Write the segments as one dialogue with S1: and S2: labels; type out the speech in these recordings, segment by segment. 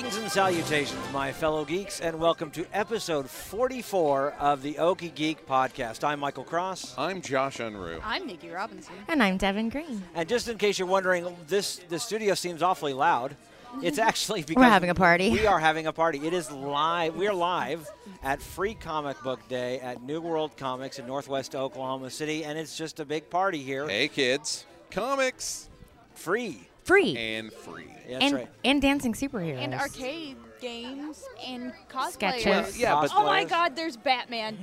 S1: Salutations, my fellow geeks, and welcome to episode 44 of the Okie Geek Podcast. I'm Michael Cross.
S2: I'm Josh Unruh.
S3: I'm Nikki Robinson.
S4: And I'm Devin Green.
S1: And just in case you're wondering, this the studio seems awfully loud. It's actually because
S4: having a party.
S1: We are having a party. It is live. We are live at Free Comic Book Day at New World Comics in Northwest Oklahoma City, and it's just a big party here.
S2: Hey, kids. Comics
S1: Free.
S4: Free.
S2: and free.
S1: Yeah, That's
S4: and,
S1: right.
S4: and dancing superheroes.
S3: And arcade games and cosplayers.
S4: Sketches. Well,
S2: yeah, but-
S3: oh my
S1: Cosplayers.
S3: God, there's Batman.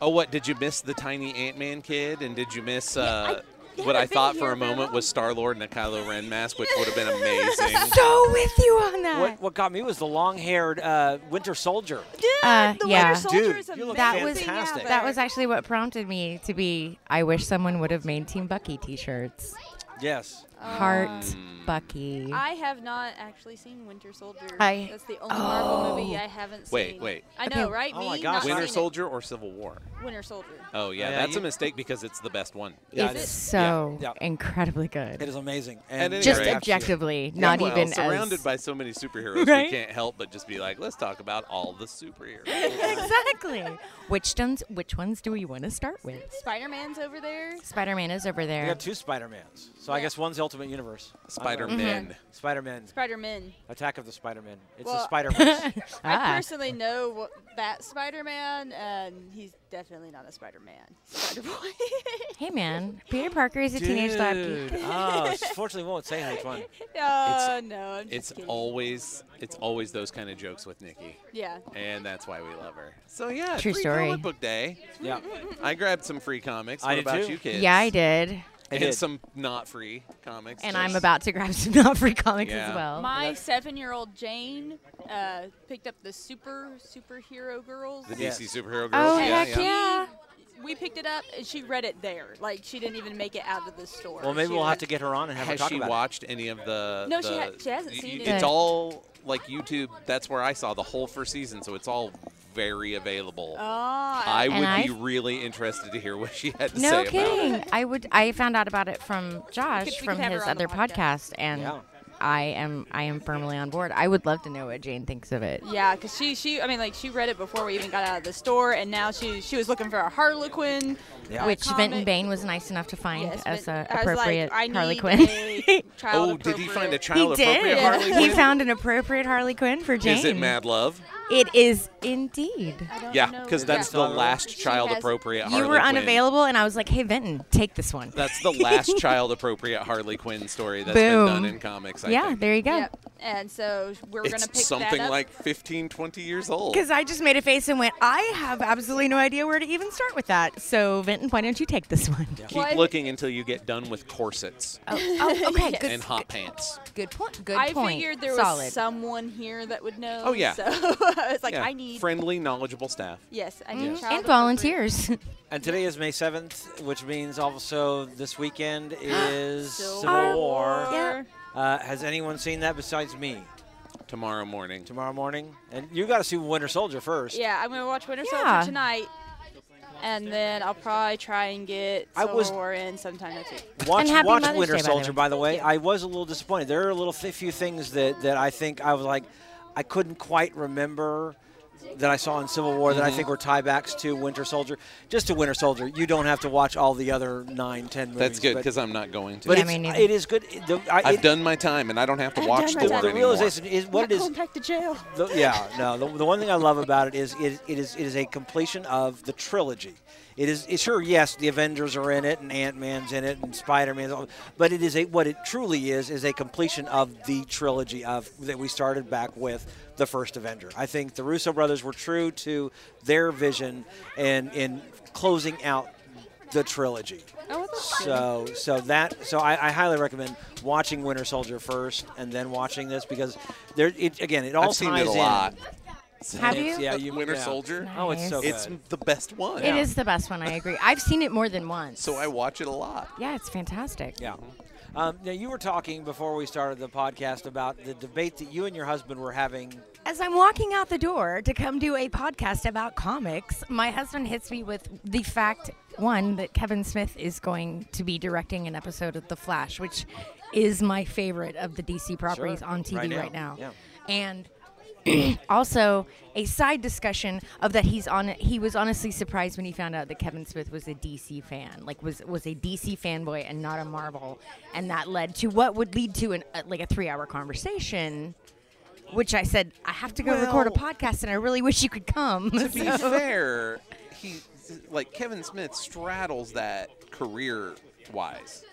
S2: Oh, what? Did you miss the tiny Ant Man kid? And did you miss uh,
S3: I
S2: what I
S3: haven't
S2: thought
S3: been
S2: for
S3: here
S2: a moment
S3: that
S2: was
S3: long.
S2: Star Lord and a Kylo Ren mask, which would have been amazing.
S4: So with you on that.
S1: What, what got me was the long-haired uh, Winter Soldier.
S3: Dude,
S4: Uh,
S3: the
S4: yeah.
S3: Winter Soldier
S1: Dude,
S3: is
S1: you look
S3: amazing.
S4: That was-
S1: fantastic.
S3: ever.
S4: that was actually what prompted me to be. I wish someone would have made Team Bucky T-shirts.
S1: Yes.
S4: Heart
S1: Mm.
S4: Bucky.
S3: Oh. I have not actually seen Winter Soldier.
S4: I- Oh.
S3: That's the only Marvel movie I haven't
S2: Wait,
S3: seen.
S2: wait.
S3: I know, right?
S1: Oh
S3: Me,
S1: my gosh,
S3: not
S2: Winter
S3: seen it.
S2: Soldier or Civil War?
S3: Winter Soldier.
S2: Oh, yeah,
S1: Yeah,
S2: that's
S1: you-
S2: a mistake because it's the best one.
S1: Yeah,
S4: it's
S1: it is.
S4: so
S1: Yeah, yeah.
S4: incredibly
S1: It
S4: good.
S1: is amazing.
S2: At
S1: And
S2: any
S4: Just
S2: great.
S4: objectively, not
S2: well,
S4: even
S2: surrounded
S4: as
S2: by so many superheroes,
S4: Right?
S2: we can't help but just be like, let's talk about all the superheroes.
S4: exactly. Which ones? Which ones do we want to start with?
S3: Spider Man's over there.
S4: Spider-Man is over
S1: we
S4: there.
S1: got two Spider-Mans. So I
S3: Yeah.
S1: guess one's the Ultimate Universe.
S2: Spider
S1: man
S2: Man.
S1: spider man
S3: Spider Man.
S1: Attack of the Spider-Man. It's the
S3: Well,
S1: Spider-Verse.
S4: Ah.
S3: I personally know what, that Spider Man, and he's definitely not a Spider Man. Spider Boy.
S4: Hey man, Peter Parker is a teenage lab geek.
S1: oh, fortunately, we won't say which one.
S3: oh, no. I'm just
S2: It's
S3: kidding.
S2: always it's always those kind of jokes with Nikki.
S3: Yeah.
S2: and that's why we love her. So yeah,
S4: True
S2: free
S4: story.
S2: comic book day.
S1: Yeah.
S2: I grabbed some free comics. What
S1: I did
S2: about
S1: too.
S2: you kids?
S4: Yeah, I did.
S1: I
S2: And
S1: did.
S2: some not free comics.
S4: And
S2: just-
S4: I'm about to grab some not free comics
S2: Yeah.
S4: as well.
S3: My seven-year-old Jane uh, picked up the super superhero girls.
S2: the
S1: Yes.
S2: DC superhero girls.
S4: Oh,
S2: yeah,
S4: heck
S2: yeah.
S4: yeah.
S3: We picked it up and she read it there. Like she didn't even make it out of the store.
S1: Well, maybe
S3: She
S1: we'll
S3: was-
S1: have to get her on and have her
S2: Has
S1: talk
S2: she
S1: about
S2: watched any of the?
S3: No, she
S2: the-
S3: ha- she hasn't
S2: y-
S3: seen
S2: y-
S3: it.
S2: It's
S4: Good.
S2: all like YouTube. That's where I saw the whole first season, so it's all very available.
S3: Ah,
S2: I would
S4: Oh, And
S2: be
S4: I've-
S2: really interested to hear what she had to
S4: No
S2: say about it.
S4: kidding. I would. I found out about it from
S3: we
S4: Josh
S3: could
S4: from
S3: have her
S4: his
S3: on the
S4: other
S3: podcast.
S4: podcast, and
S1: Yeah.
S4: I am. I am firmly on board. I would love to know what Jane thinks of it.
S3: yeah, because she she I mean like she read it before we even got out of the store, and now she she was looking for a Harlequin.
S1: Yeah.
S3: uh,
S4: Which Benton
S3: comic.
S4: Bain was nice enough to find
S3: Yes,
S4: as
S3: but
S4: a
S3: I was
S4: appropriate
S3: like, I
S4: Harley
S3: need
S4: Quinn.
S3: a child
S2: Oh, did he find a
S3: appropriate-
S4: he
S2: child appropriate
S4: did.
S2: Harley
S4: He
S2: Quinn?
S4: found an appropriate Harley Quinn for Jane.
S2: Is it Mad Love?
S4: It is indeed.
S3: I don't
S2: Yeah,
S3: know.
S2: because that's the
S1: Daughter.
S2: last
S3: She
S2: child
S3: has-
S2: appropriate.
S4: You
S2: Harley
S4: were
S2: Quinn.
S4: unavailable, and I was like, "Hey, Benton, take this one."
S2: That's the last child appropriate Harley Quinn story that's been done
S4: Boom.
S2: in comics. I
S4: yeah,
S2: think.
S4: there you go.
S3: Yep. And so we're
S2: it's
S3: gonna pick
S2: something
S3: that up.
S2: like 15, 20 years old.
S4: Because I just made a face and went, I have absolutely no idea where to even start with that. So, Vinton, why don't you take this one?
S2: Keep
S3: Well, I-
S2: looking until you get done with corsets
S4: Oh, oh, okay. Good,
S2: and hot pants.
S4: good point. Good
S3: I
S4: point.
S3: figured there
S4: Solid.
S3: was someone here that would know.
S2: Oh, yeah.
S3: So I was like,
S2: Yeah,
S3: I need.
S2: friendly, knowledgeable staff.
S3: Yes, I need. child
S4: Mm-hmm. and
S3: appropriate-
S4: volunteers.
S1: And today is May 7th, which means also this weekend is
S3: Civil
S1: Civil
S3: War.
S1: War.
S4: Yeah.
S1: Uh, has anyone seen that besides me
S2: Tomorrow morning.
S1: tomorrow morning? And you got to see Winter Soldier first.
S3: Yeah, I'm gonna watch Winter
S4: Yeah.
S3: Soldier tonight, and then I'll probably try and get
S1: I
S3: Civil
S1: was-
S3: War in sometime next week.
S1: Watch,
S4: And happy
S1: watch
S4: Mother's
S1: Winter
S4: Day, by the
S1: Soldier,
S4: way.
S1: by the way. I was a little disappointed. There are a little f- few things that, that I think I was like, I couldn't quite remember that I saw in Civil War that I
S2: Mm-hmm.
S1: think were tiebacks to Winter Soldier. Just to Winter Soldier, you don't have to watch all the other nine, ten movies.
S2: That's good
S1: but-
S2: because I'm not going to.
S1: but
S4: Yeah,
S1: it's,
S4: me neither.
S1: it is good. It- The, I,
S2: I've
S1: it-
S2: done my time and I don't have to
S3: I've
S2: watch
S3: done
S2: the war
S3: my time.
S1: The
S2: anymore.
S1: realization is what
S3: Not
S1: it is.
S3: going back to jail.
S1: The, yeah, no. The, the one thing I love about it is it, it is it is a completion of the trilogy. It is it, sure yes the Avengers are in it and Ant Man's in it and Spider Man's, but it is a what it truly is is a completion of the trilogy of that we started back with the first Avenger. I think the Russo brothers were true to their vision and in closing out the trilogy.
S3: Oh, that's good.
S1: So, so that, so I, I highly recommend watching Winter Soldier first, and then watching this because there, it, again, it all
S2: I've
S1: ties
S2: seen it a
S1: in.
S2: lot.
S4: Have
S1: It's-
S4: you?
S1: Yeah, you
S2: Winter
S1: yeah.
S2: Soldier.
S1: Oh, it's so
S4: Nice.
S2: It's
S1: good.
S2: the best one.
S4: It is the best one. I agree. I've seen it more than once.
S2: So I watch it a lot.
S4: yeah, it's fantastic.
S1: Yeah. Um, now you were talking before we started the podcast about the debate that you and your husband were having.
S4: As I'm walking out the door to come do a podcast about comics, my husband hits me with the fact one that Kevin Smith is going to be directing an episode of The Flash, which is my favorite of the DC properties on TV
S1: Right now.
S4: right now.
S1: Yeah.
S4: and also a side discussion of that he's on he was honestly surprised when he found out that Kevin Smith was a DC fan like was was a DC fanboy and not a Marvel and that led to what would lead to an uh, like a 3 hour conversation which I said I have to go record a
S2: Well-
S4: podcast and I really wish you could come
S2: to be fair, he like Kevin Smith straddles that career wise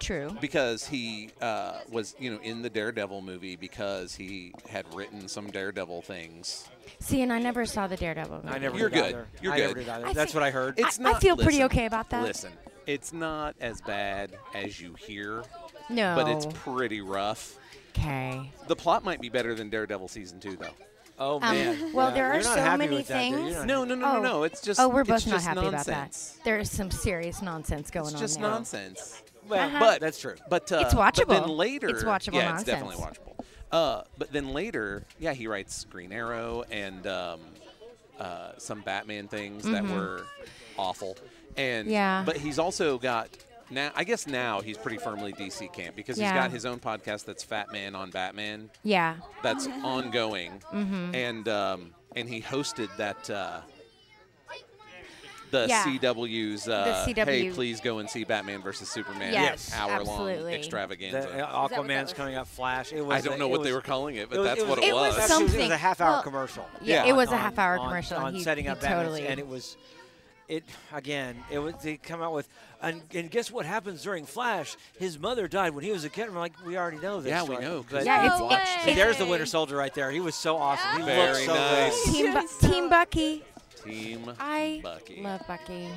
S4: true
S2: because he uh, was you know in the Daredevil movie because he had written some Daredevil things.
S4: see and I never saw the Daredevil
S1: I never
S2: You're
S1: did
S2: good.
S1: either.
S2: You're
S1: I never
S2: good.
S1: did either.
S4: I
S1: That's what
S4: think-
S1: I heard.
S4: I-
S2: It's
S4: I
S2: not.
S4: feel pretty
S2: listen,
S4: okay about that.
S2: Listen, it's not as bad as you hear,
S4: no
S2: but it's pretty rough.
S4: okay
S2: The plot might be better than Daredevil season two, though.
S1: oh
S4: um,
S1: man.
S4: well,
S1: Yeah.
S4: there are
S1: You're not
S4: so
S1: happy
S4: many
S1: with that, dude. You're
S4: things.
S1: not
S2: No, no, no, no, no. It's just.
S4: oh we're
S2: it's
S4: both not
S2: just
S4: happy
S2: nonsense.
S4: about that there is some serious nonsense going
S2: It's
S4: on
S2: just
S4: there.
S2: nonsense.
S1: Well,
S4: Uh-huh.
S2: But
S1: that's true.
S2: But uh,
S4: It's
S2: But then
S4: watchable.
S2: later,
S4: It's watchable
S2: Yeah, it's
S4: nonsense.
S2: definitely watchable. Uh, but then later, yeah, he writes Green Arrow and um, uh, some Batman things that were awful. And
S4: Mm-hmm. Yeah.
S2: but he's also got now. I guess now he's pretty firmly DC camp because
S4: Yeah.
S2: he's got his own podcast that's Fat Man on Batman
S4: Oh, yeah Mm-hmm.
S2: that's ongoing, and um, and he hosted that. Uh, the
S4: Yeah.
S2: CW's uh,
S4: The CW.
S2: hey, please go and see Batman versus Superman
S4: Yes,
S2: hour long
S4: absolutely.
S2: extravaganza.
S1: The, uh,
S3: what that
S1: Aquaman's
S3: was?
S1: coming up. Flash. It was.
S2: I don't
S1: a-
S2: know
S1: it
S2: what they
S1: was-
S2: were calling it, but
S1: it was-
S2: that's
S1: it
S2: what
S1: was-
S2: it
S4: It
S2: was.
S4: was
S1: That's- It was
S4: something.
S1: a half-hour
S4: Well,
S1: commercial.
S4: yeah,
S2: Yeah.
S4: it was a
S1: on-
S4: half hour
S1: on-
S4: commercial
S1: on,
S4: and he,
S1: setting
S4: he
S1: up Batman's-
S4: totally
S1: and it was it again it was they come out with and, and guess what happens during flash his mother died when he was a kid i'm like we already know this
S2: Yeah, we
S1: story.
S2: know, 'cause
S1: but
S4: Yeah, it's-
S3: no
S4: it's-
S1: but
S3: way.
S1: there's the winter soldier right there he was so awesome he looked
S2: Very
S1: so
S2: nice.
S1: good
S4: Team, Bu-
S3: Seriously.
S4: Team Bucky.
S2: Team
S4: I
S2: Bucky.
S4: love Bucky.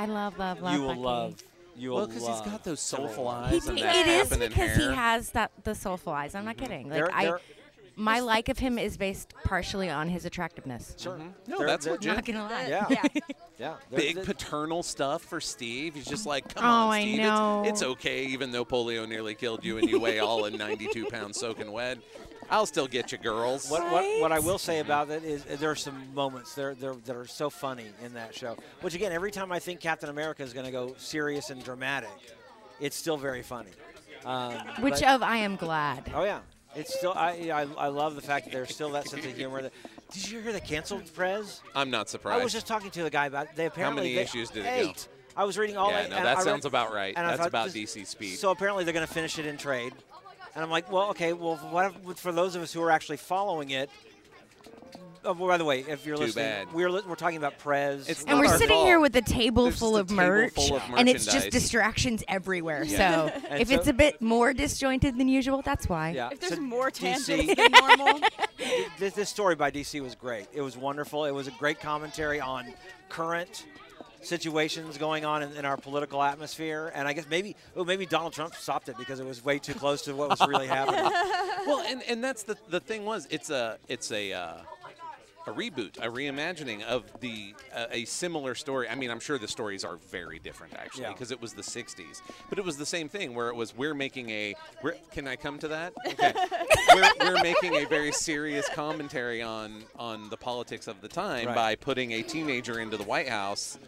S4: I love, love, love
S1: you will
S4: Bucky.
S1: love you will
S2: well, because he's
S1: love
S2: got those
S1: Civil
S2: soulful
S1: War.
S4: He
S2: eyes and
S4: d-
S2: that
S4: it is
S2: happening
S4: because he
S2: hair.
S4: has that the soulful eyes. I'm not kidding. Like
S1: Mm-hmm. They're-
S4: I,
S1: they're-
S4: my like of him is based partially on his attractiveness.
S1: Sure.
S2: No,
S1: They're-
S2: that's
S1: they're-
S2: legit.
S4: Not gonna lie.
S1: Yeah.
S3: yeah.
S1: yeah they're-
S2: Big
S1: they're-
S2: paternal stuff for Steve. He's just like, come
S4: Oh,
S2: on,
S4: I
S2: Steve.
S4: know.
S2: It's, it's okay, even though polio nearly killed you and you weigh all in 92 pounds soaking wet. I'll still get you, girls.
S1: What, what, what I
S4: Right?
S1: will say about that is uh, there are some moments there, there that are so funny in that show. Which again, every time I think Captain America is going to go serious and dramatic, it's still very funny. Um,
S4: Which
S1: but-
S4: of I am glad.
S1: oh yeah, it's still I, I I love the fact that there's still that sense of humor. That, did you hear the canceled Prez?
S2: I'm not surprised.
S1: I was just talking to a guy about they apparently
S2: many
S1: they-
S2: issues did it
S1: eight.
S2: go?
S1: I was reading all
S2: Yeah,
S1: eight.
S2: no,
S1: and
S2: that
S1: I read-
S2: sounds about right.
S1: and I
S2: That's
S1: thought,
S2: about
S1: this-
S2: DC speed.
S1: So apparently they're going to finish it in trade, and I'm like, well, okay, well, what if, for those of us who are actually following it. Oh, well, by the way, if you're
S2: Too
S1: listening,
S2: bad.
S1: we're li- we're talking about Prez.
S2: It's
S4: And
S2: not
S4: we're
S2: our
S4: sitting
S2: fault.
S4: here with a table
S2: There's
S4: full
S2: just a
S4: of
S2: table
S4: merch,
S2: full of
S4: and it's just
S2: merchandise.
S4: distractions everywhere.
S2: Yeah.
S4: So
S1: And
S4: if
S1: so-
S4: it's a bit more disjointed than usual, that's why.
S1: yeah.
S3: If there's
S1: so
S3: more tangents
S1: DC,
S3: than normal,
S1: this, this story by DC was great. It was wonderful. It was a great commentary on current situations going on in, in our political atmosphere. And I guess maybe oh, maybe Donald Trump stopped it because it was way too close to what was really happening.
S2: well, and, and that's the the thing was it's a it's a uh, a reboot, a reimagining of the uh, a similar story. I mean, I'm sure the stories are very different actually
S1: Yeah.
S2: because it was the '60s, but it was the same thing where it was we're making a. We're, can I come to that? Okay, we're, we're making a very serious commentary on on the politics of the time
S1: Right.
S2: by putting a teenager into the White House.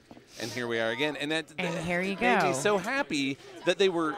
S2: And here we are again, and that
S4: And here you
S2: it made me
S4: go.
S2: so happy that they were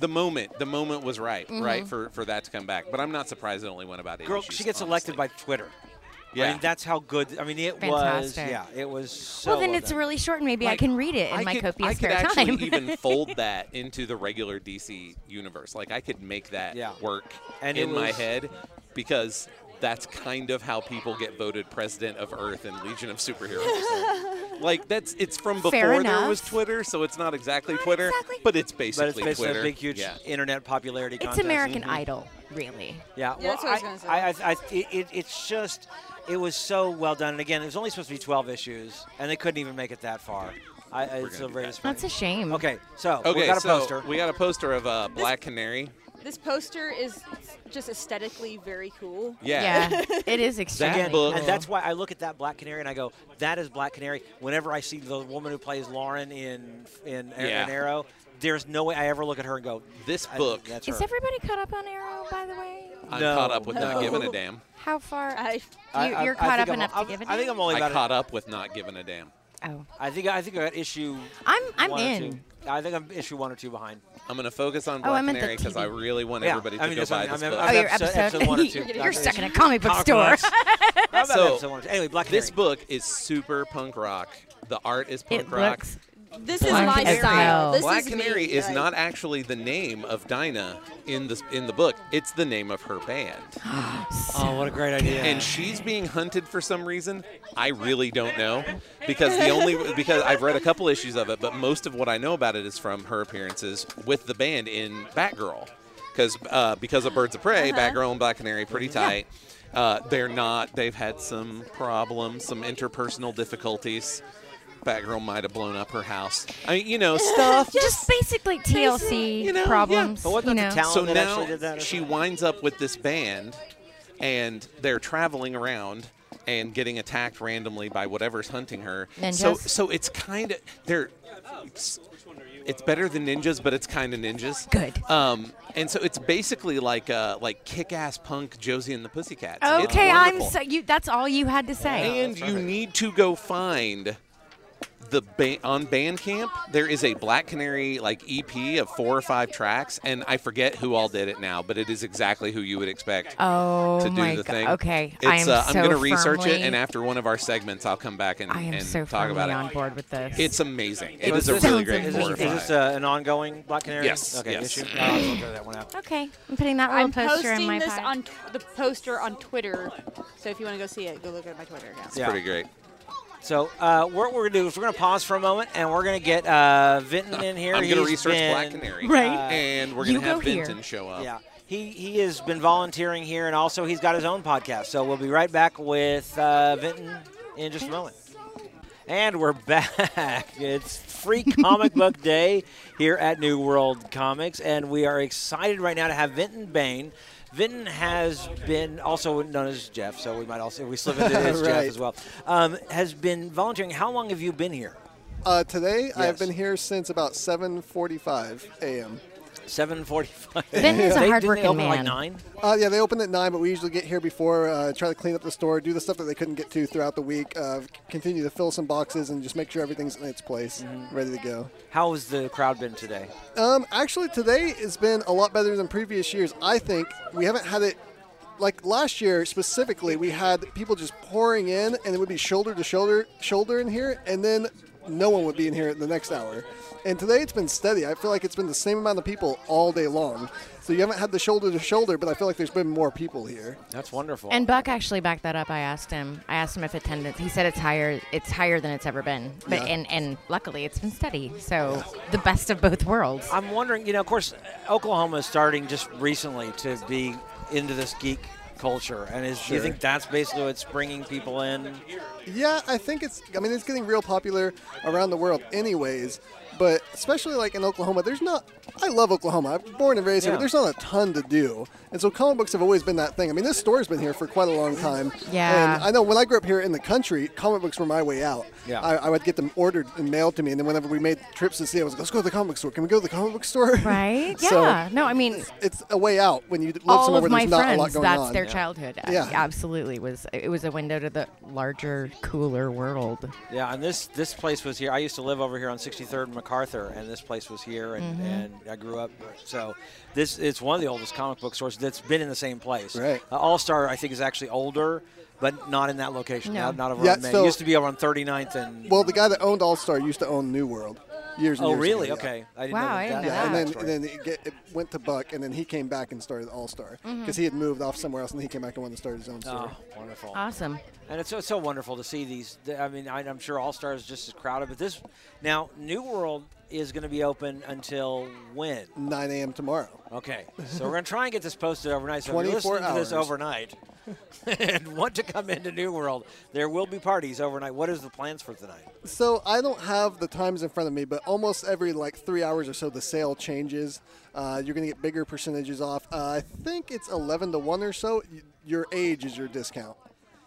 S2: the moment the moment was right
S4: Mm-hmm.
S2: right for for that to come back but i'm not surprised it only went about eight
S1: Girl,
S2: issues,
S1: she gets
S2: honestly.
S1: elected by Twitter. I
S2: yeah
S1: mean, that's how good. I mean, it
S4: Fantastic.
S1: was. Yeah, it was. So
S4: Well, then
S1: well
S4: it's
S1: done.
S4: really short, and maybe I
S2: Like,
S4: can read it in
S2: I
S4: my
S2: could,
S4: copious
S2: I could
S4: spare
S2: actually
S4: time.
S2: even fold that into the regular dc universe like i could make that
S1: Yeah.
S2: work
S1: And
S2: in
S1: it
S2: my
S1: was-
S2: head because that's kind of how people get voted president of earth and legion of superheroes like that's it's from before
S4: Fair
S2: there was
S4: enough.
S2: twitter so it's not exactly twitter
S4: exactly.
S2: but it's
S1: But
S2: basically
S1: it's basically
S2: twitter
S1: a big, huge
S2: yeah.
S1: internet popularity
S4: It's
S1: contest.
S4: American
S1: Mm-hmm.
S4: Idol, really.
S1: Yeah,
S3: Yeah,
S1: well,
S3: that's what I was gonna say.
S1: I, I, I, it, it, it's just, it was so well done. And again, it was only supposed to be 12 issues, and they couldn't even make it that far. I, I, it's
S2: gonna
S1: a
S2: do
S1: very
S2: that.
S1: disappointing.
S4: That's a shame.
S1: Okay, so
S2: okay
S1: we got a
S2: so
S1: poster.
S2: we got a poster of uh, black canary
S3: this poster is just aesthetically very cool.
S4: Yeah, it is extremely
S1: Again,
S2: book-
S1: and that's why I look at that Black Canary and I go, "That is Black Canary." Whenever I see the woman who plays Lauren in in, Ar-
S2: Yeah.
S1: in Arrow, there's no way I ever look at her and go,
S2: This
S1: I-
S2: book-
S1: That's
S4: Is
S1: her.
S4: everybody caught up on Arrow, by the way?
S2: I'm
S1: No,
S2: caught up with
S1: no.
S2: not giving a damn.
S4: How far?
S3: I,
S4: you,
S1: I-
S4: you're
S1: I
S4: caught
S1: think
S4: up
S1: I'm-
S4: enough
S1: I'm-
S4: to give it.
S1: I think I'm only
S2: I
S1: about.
S2: caught up with not giving a damn.
S4: Oh,
S1: I think I think I got issue.
S4: I'm I'm
S1: one or
S4: in.
S1: two. I think I'm issue one or two behind.
S2: I'm going to focus on
S4: Oh, I
S2: Black
S4: meant the
S2: Canary because I
S4: TV.
S2: really want
S1: Yeah,
S2: everybody to
S1: I mean,
S2: go
S1: that's
S2: buy
S1: what
S2: this
S1: I'm- I'm-
S2: book.
S1: I'm-
S4: oh, your
S1: episode-
S4: episode.
S1: episode one or two.
S4: You're stuck in a comic book
S1: Comic
S4: store.
S1: books. How about
S2: So-
S1: episode one or two? Anyway, Black
S2: this
S1: Canary.
S2: book is super punk rock. The art is punk
S4: it
S2: rock.
S4: looks.
S3: This is
S4: Black
S3: my
S4: Canary.
S3: style. This
S2: Black
S3: is
S2: Canary
S3: me,
S2: is
S3: like-
S2: not actually the name of Dinah in the in the book. It's the name of her band,
S1: Oh, what a great idea!
S2: and she's being hunted for some reason. I really don't know because the only because I've read a couple issues of it, but most of what I know about it is from her appearances with the band in Batgirl, because uh, because of Birds of Prey, Batgirl and Black Canary pretty tight. Uh, they're not. They've had some problems, some interpersonal difficulties. Batgirl might have blown up her house. I mean, you know, stuff.
S4: Just basically TLC
S2: you know, yeah.
S4: problems.
S1: But wasn't
S4: you
S1: that the
S4: know.
S1: talent-
S2: so
S1: that
S2: now
S1: actually did that or
S2: she
S1: something?
S2: winds up with this band and they're traveling around and getting attacked randomly by whatever's hunting her so
S4: Ninjas?
S2: so it's kind of they're it's, it's better than ninjas but it's kind of ninjas
S4: Good.
S2: um and so it's basically like uh like kick-ass punk josie and the pussycats It's
S4: Okay, I'm
S2: wonderful.
S4: so you. That's all you had to say.
S2: and you need to go find the ba- on Bandcamp. There is a Black Canary like EP of four or five tracks, and I forget who all did it now, but it is exactly who you would expect.
S4: Oh
S2: to do
S4: my
S2: the
S4: go-
S2: thing.
S4: Okay,
S2: it's,
S4: I am
S2: uh,
S4: so
S2: I'm gonna research it,
S4: firmly-
S2: and after one of our segments, I'll come back and,
S4: I am
S2: and
S4: so
S2: talk
S4: firmly
S2: about
S4: on
S2: it.
S4: board with this.
S2: It's amazing. It
S1: So
S2: is
S1: is
S2: a
S1: this-
S2: really
S4: Sounds
S2: great
S1: Is this,
S4: amazing.
S2: four or
S1: is
S4: glorified.
S1: this
S2: five.
S1: uh, an ongoing Black Canary?
S2: Yes,
S1: Okay.
S2: yes.
S1: Issue. Oh, I'll check that one out.
S4: okay. I'm putting that little
S3: I'm
S4: poster in
S3: posting
S4: my
S3: this
S4: pile.
S3: on t- the poster on Twitter, so if you want to go see it, go look at my Twitter account.
S1: Yeah.
S2: Pretty great.
S1: So uh, what we're gonna do is we're gonna pause for a moment and we're gonna get uh, Vinton in here.
S2: I'm gonna
S1: He's
S2: research
S1: been-
S2: Black Canary,
S4: Right.
S2: And we're
S4: You
S2: gonna have
S4: go here.
S2: Vinton show up.
S1: Yeah. He, he has been volunteering here, and also he's got his own podcast. So we'll be right back with uh, Vinton in just a moment. And we're back. It's free comic book day here at New World Comics, and we are excited right now to have Vinton Bain. Vinton has been also known as Jeff, so we might also we slip into his Jeff
S5: Right.
S1: as well. Um, has been volunteering. How long have you been here?
S5: Uh, today, I've
S1: Yes.
S5: been here since about 7:45 a.m.
S1: Seven forty-five.
S4: Vinton is
S1: They-
S4: a
S1: didn't
S4: hardworking
S1: they open Like
S4: man.
S1: nine.
S5: Uh, yeah, they opened at nine, but we usually get here before, uh, try to clean up the store, do the stuff that they couldn't get to throughout the week, uh, continue to fill some boxes, and just make sure everything's in its place, ready to go.
S1: How has the crowd been today?
S5: Um, actually, today has been a lot better than previous years. I think we haven't had it like last year specifically. We had people just pouring in, and it would be shoulder to shoulder, shoulder in here, and then no one would be in here the next hour. And today it's been steady. I feel like it's been the same amount of people all day long. So you haven't had the shoulder to shoulder, but I feel like there's been more people here.
S1: That's wonderful.
S4: And Buck actually backed that up. I asked him. I asked him if attendance. He said it's higher. It's higher than it's ever been. But
S5: Yeah.
S4: and and luckily it's been steady. So the best of both worlds.
S1: I'm wondering, you know, of course, Oklahoma is starting just recently to be into this geek culture, and is do you
S5: Sure.
S1: think that's basically what's bringing people in?
S5: Yeah, I think it's. I mean, it's getting real popular around the world, anyways. But especially like in Oklahoma, there's not. I love Oklahoma. I'm born and raised here,
S1: Yeah.
S5: but there's not a ton to do. And so comic books have always been that thing. I mean, this store's been here for quite a long time.
S4: Yeah.
S5: And I know when I grew up here in the country, comic books were my way out.
S1: Yeah.
S5: I, I would get them ordered and mailed to me, and then whenever we made trips to see, I was like, "Let's go to the comic book store. Can we go to the comic book store?"
S4: Right?
S5: So-
S4: yeah. No, I mean,
S5: It's a way out when you live
S4: all
S5: somewhere
S4: of
S5: where
S4: my
S5: there's not a lot
S4: friends.
S5: going
S4: That's
S5: on.
S4: their childhood. Uh,
S5: Yeah.
S4: Absolutely was. It was a window to the larger, cooler world.
S1: Yeah, and this this place was here. I used to live over here on 63rd and MacArthur, and this place was here, and,
S4: Mm-hmm.
S1: and I grew up. So this it's one of the oldest comic book stores that's been in the same place.
S5: Right.
S1: Uh, All Star, I think, is actually older, but not in that location.
S4: No.
S1: Not, not over
S5: Yeah,
S1: on Main.
S5: so-
S1: it used to be over on 39th and.
S5: Well, the guy that owned All Star used to own New World years and
S1: oh,
S5: years ago,
S1: really?
S5: yeah.
S1: Okay. I didn't
S4: Wow,
S1: know that.
S4: I didn't
S1: that-
S4: know
S5: Yeah, and
S1: that
S5: then
S1: story.
S5: and then it, get, it went to Buck, and then he came back and started All Star because
S4: Mm-hmm.
S5: he had moved off somewhere else, and he came back and wanted to start his own store.
S1: Oh, wonderful.
S4: Awesome.
S1: And it's so, so wonderful to see these. th- I mean, I, I'm sure All Star is just as crowded, but this now New World is going to be open until when?
S5: 9 a.m. tomorrow.
S1: Okay, so we're going to try and get this posted overnight. So if you're
S5: 24
S1: listening to this
S5: hours.
S1: overnight and want to come into New World, there will be parties overnight. What is the plans for tonight?
S5: So I don't have the times in front of me, but almost every like three hours or so, the sale changes. Uh, you're going to get bigger percentages off. Uh, I think it's 11 to one or so. Y- Your age is your discount.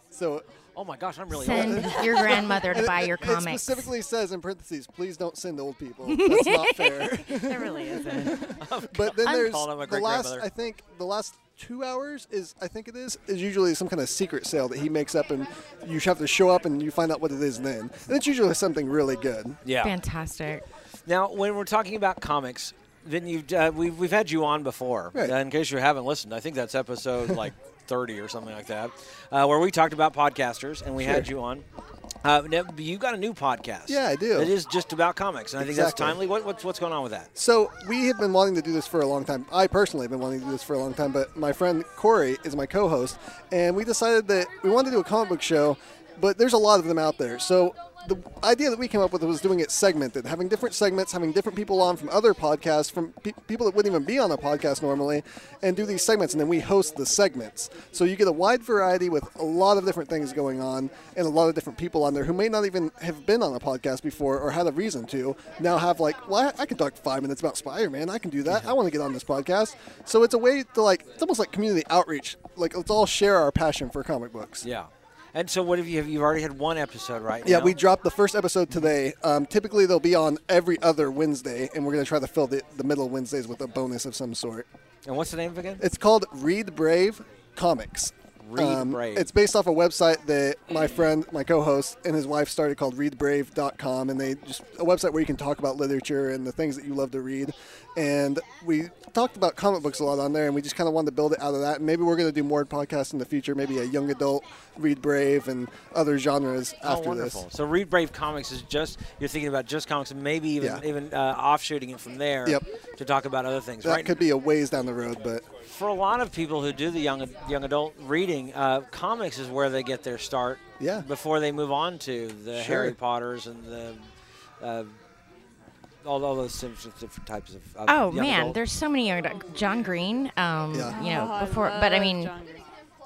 S5: So
S1: Oh my gosh, I'm really old.
S4: Send your grandmother to
S5: and
S4: buy
S5: it,
S4: your
S5: it
S4: comics.
S5: specifically says in parentheses, please don't send old people. That's not fair.
S4: There really isn't.
S5: But then
S1: I'm
S5: there's
S1: calling him a
S5: the last.
S1: great-grandmother.
S5: I think the last two hours is I think it is is usually some kind of secret sale that he makes up, and you have to show up and you find out what it is then. And it's usually something really good.
S1: Yeah.
S4: Fantastic.
S1: Now, when we're talking about comics, then you uh, we've we've had you on before.
S5: Right.
S1: Uh, in case you haven't listened, I think that's episode like 30 or something like that, uh, where we talked about podcasters, and we had you on. Uh, now, you got a new podcast.
S5: Yeah, I do.
S1: It is just about comics, and I think that's
S5: Exactly.
S1: timely. What, what's what's going on with that?
S5: So we have been wanting to do this for a long time. I personally have been wanting to do this for a long time, but my friend Corey is my co-host, and we decided that we wanted to do a comic book show, but there's a lot of them out there. So the idea that we came up with was doing it segmented, having different segments, having different people on from other podcasts, from pe- people that wouldn't even be on a podcast normally, and do these segments, and then we host the segments. So you get a wide variety with a lot of different things going on, and a lot of different people on there who may not even have been on a podcast before or had a reason to. Now have like, well, I, I can talk five minutes about Spider Man. I can do that. I want to get on this podcast. So it's a way to like, it's almost like community outreach. Like let's all share our passion for comic books.
S1: Yeah. And so, what have you have you already had one episode right
S5: Yeah,
S1: now?
S5: we dropped the first episode today. Um, typically, they'll be on every other Wednesday, and we're going to try to fill the, the middle Wednesdays with a bonus of some sort.
S1: And what's the name of it again?
S5: It's called Read Brave Comics. Um,
S1: Read Brave.
S5: It's based off a website that my friend, my co-host, and his wife started called ReadBrave.com, and they just a website where you can talk about literature and the things that you love to read. And we talked about comic books a lot on there, and we just kind of wanted to build it out of that. And maybe we're going to do more podcasts in the future, maybe a young adult Read Brave and other genres
S1: oh,
S5: after
S1: wonderful.
S5: this.
S1: So, Read Brave Comics is just you're thinking about just comics, and maybe even
S5: Yeah.
S1: even uh, offshooting it from there
S5: Yep.
S1: to talk about other things.
S5: That
S1: right?
S5: could be a ways down the road, but
S1: for a lot of people who do the young young adult reading, uh, comics is where they get their start.
S5: Yeah.
S1: Before they move on to the
S5: Sure.
S1: Harry Potters and the uh, all, all those different different types of. of
S4: Oh
S1: young
S4: man,
S1: adult.
S4: there's so many young. adult- John Green, um,
S5: Yeah.
S4: you know,
S3: Oh,
S4: before, but I
S3: love
S4: mean,
S3: John Green.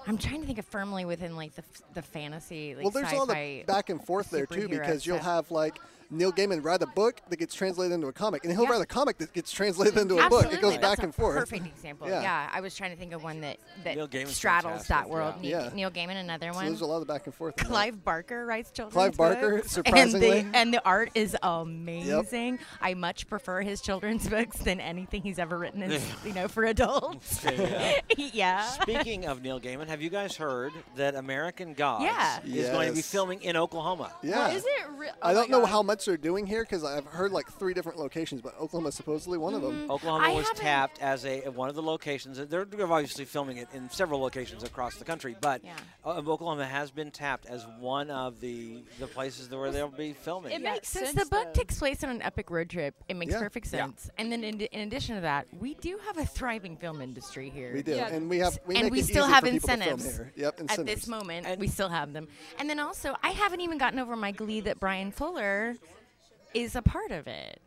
S4: I'm trying to think of firmly within like the f- the fantasy, like
S5: well, there's a lot
S4: sci-fi
S5: of back and forth there too,
S4: superhero
S5: because you'll
S4: stuff.
S5: have like Neil Gaiman write a book that gets translated into a comic, and he'll
S4: Yeah.
S5: write a comic that gets translated into a
S4: Absolutely.
S5: book. It goes
S4: That's
S5: back
S4: a
S5: and forth.
S4: Perfect example.
S5: Yeah.
S4: Yeah. I was trying to think of one that
S1: Neil
S4: that
S1: Gaiman's
S4: straddles that
S1: fantastic,
S4: world.
S1: yeah.
S4: Ne-
S5: Yeah.
S4: Neil Gaiman, another
S5: So
S4: one.
S5: there's a lot of back and forth. in that.
S4: Clive Barker writes children's
S5: Clive Barker,
S4: books,
S5: surprisingly.
S4: and the, and the art is amazing. I much prefer his children's books than anything he's ever written, as, you know, for adults.
S1: Yeah.
S4: yeah.
S1: Speaking of Neil Gaiman, have you guys heard that American Gods
S4: Yeah.
S1: is going to be
S5: Yes.
S1: filming in Oklahoma?
S5: Yeah.
S3: Well, is it re- oh
S5: I don't
S3: my
S5: know
S3: God.
S5: how much they're doing here because I've heard like three different locations, but Oklahoma's supposedly one of them.
S1: Oklahoma
S4: I
S1: was
S4: haven't-
S1: tapped as a one of the locations. They're obviously filming it in several locations across the country, but
S4: Yeah.
S1: uh, Oklahoma has been tapped as one of the the places where they'll be filming.
S3: It
S4: It
S3: Yeah,
S4: makes sense.
S3: since
S4: The book
S3: the-
S4: takes place on an epic road trip. It makes
S5: Yeah.
S4: perfect
S1: Yeah.
S4: sense. And then, in, in addition to that, we do have a thriving film industry here.
S5: We do,
S3: Yeah.
S5: and we have we
S4: and
S5: make
S4: we
S5: it
S4: still
S5: easy
S4: have
S5: for people to film
S4: incentives
S5: here. Yep,
S4: at
S5: incentives.
S4: this moment.
S1: And-
S4: we still have them. And then also, I haven't even gotten over my glee that Brian Fuller is a part of it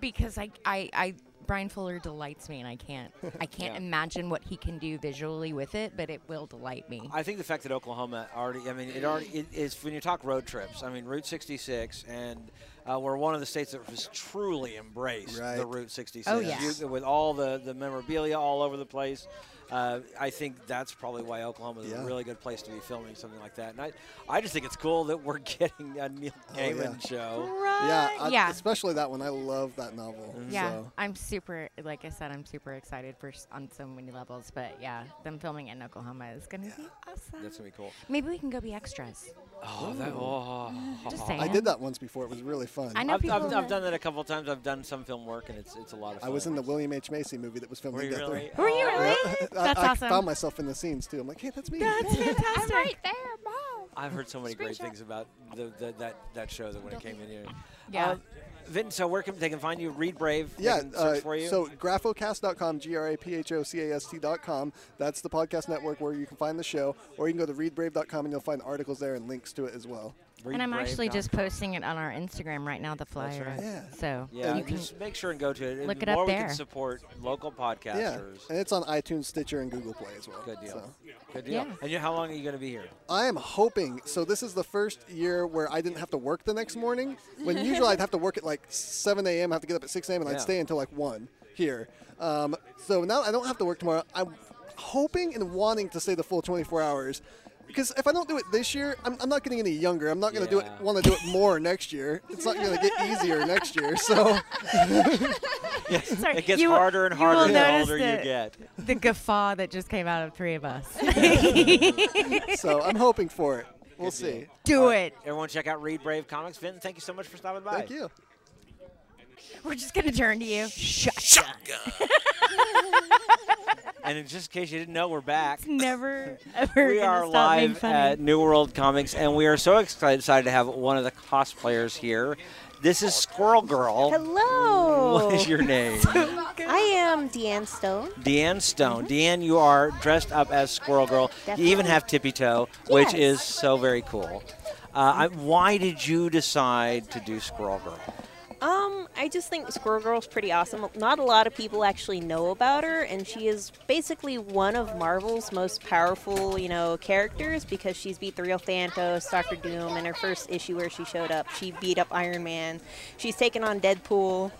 S4: because I, I, I Brian Fuller delights me, and I can't, I can't
S1: Yeah.
S4: imagine what he can do visually with it, but it will delight me.
S1: I think the fact that Oklahoma already, I mean, it already it is when you talk road trips. I mean, Route 66, and uh, we're one of the states that has truly embraced the
S5: Right.
S1: Route 66
S4: Oh, yeah.
S1: You- with all the the memorabilia all over the place. Uh, I think that's probably why Oklahoma is a
S5: Yeah.
S1: really good place to be filming something like that. And I, I just think it's cool that we're getting a Neil Gaiman
S5: Oh, yeah.
S1: show.
S5: Yeah, I-
S4: Yeah.
S5: especially that one. I love that novel.
S4: Yeah,
S5: so.
S4: I'm super. Like I said, I'm super excited for s- on so many levels. But yeah, them filming in Oklahoma is gonna be awesome.
S1: That's gonna be cool.
S4: Maybe we can go be extras.
S1: Oh, that, oh.
S4: Just
S5: I
S4: saying.
S5: did that once before. It was really fun.
S4: I know
S1: I've,
S4: people
S1: I've, I've
S4: that-
S1: done that a couple times. I've done some film work, and it's it's a lot of
S5: I
S1: fun.
S5: was in the William H Macy movie that was filmed
S1: Were you
S5: together.
S1: really?
S4: Were you
S1: Oh.
S4: really?
S5: I,
S4: That's
S5: I
S4: awesome.
S5: found myself in the scenes too. I'm like, hey, that's me.
S4: That's fantastic.
S3: right there, mom.
S1: I've heard so many great
S3: Screenshot.
S1: things about the, the, that that show that when it came in here.
S4: Yeah.
S1: Um, Vin, so where can they can find you? Read Brave. they
S5: Yeah,
S1: can
S5: uh,
S1: search for you.
S5: so graphocast.com, G R A P H O C A S T.com. That's the podcast network where you can find the show, or you can go to readbrave.com and you'll find articles there and links to it as well.
S4: And I'm actually just
S1: readbrave.com.
S4: posting it on our Instagram right now, the flyer.
S1: right.
S5: Yeah.
S4: So
S1: Yeah,
S4: you can.
S1: just make sure and go to it.
S4: look
S1: the
S4: it up
S1: more we
S4: there.
S1: can support local podcasters.
S5: Yeah, and it's on iTunes, Stitcher, and Google Play as well.
S1: Good deal.
S5: So.
S1: Good deal.
S4: Yeah.
S1: And you, how long are you going to be here?
S5: I am hoping. So this is the first year where I didn't have to work the next morning. When usually I'd have to work at like 7 a.m. have to get up at 6 a.m. and
S1: Yeah.
S5: I'd stay until like one here. Um, so now I don't have to work tomorrow. I'm hoping and wanting to stay the full 24 hours. Because if I don't do it this year, I'm, I'm not getting any younger. I'm not going to do
S1: Yeah.
S5: it. Want to do it more next year? It's not going to get easier next year. So
S4: Sorry,
S1: It gets
S4: you will-
S1: harder and
S4: you will
S1: harder the
S4: notice
S1: older
S4: the,
S1: you get.
S4: The guffaw that just came out of three of us.
S5: so I'm hoping for it. We'll see.
S4: Do it.
S1: Everyone, check out Read Brave Comics. Vin, thank you so much for stopping by.
S5: Thank you.
S4: We're just gonna turn to you. Shut.
S1: And in just in case you didn't know, we're back.
S4: Never ever.
S1: We
S4: gonna
S1: are
S4: stop being
S1: live
S4: funny.
S1: at New World Comics, and we are so excited to have one of the cosplayers here. This is Squirrel Girl.
S6: Hello.
S1: What is your name?
S6: I am Deanne Stone.
S1: Deanne Stone. Deanne, you are dressed up as Squirrel Girl. You even
S6: Definitely.
S1: have Tippy Toe, which is
S6: Yes.
S1: so very cool. Uh, I, why did you decide to do Squirrel Girl?
S6: Um, I just think Squirrel Girl's pretty awesome. Not a lot of people actually know about her, and she is basically one of Marvel's most powerful, you know, characters because she's beat the real Thanos, Doctor Doom, in her first issue where she showed up. She beat up Iron Man. She's taken on Deadpool.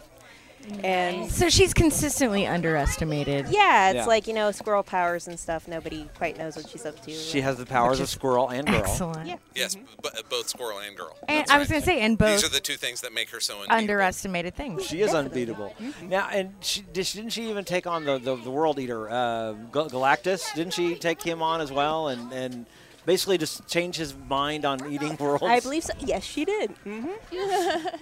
S6: And
S4: So she's consistently underestimated.
S6: yeah, it's
S1: Yeah.
S6: like, you know, squirrel powers and stuff. Nobody quite knows what she's up to.
S1: She has the powers of squirrel and girl.
S4: Excellent.
S6: Yeah.
S7: Yes, b- b- both squirrel and girl.
S4: And
S7: That's
S4: I was
S7: right.
S4: gonna say, and both
S7: These are the two things that make her so unbeatable.
S4: underestimated things.
S1: She is unbeatable. Now, and she, did she- didn't she even take on the, the, the World Eater, uh, Gal- Galactus? Didn't she take him on as well and, and basically just change his mind on eating worlds?
S6: I believe so. Yes, she did. Mm-hmm.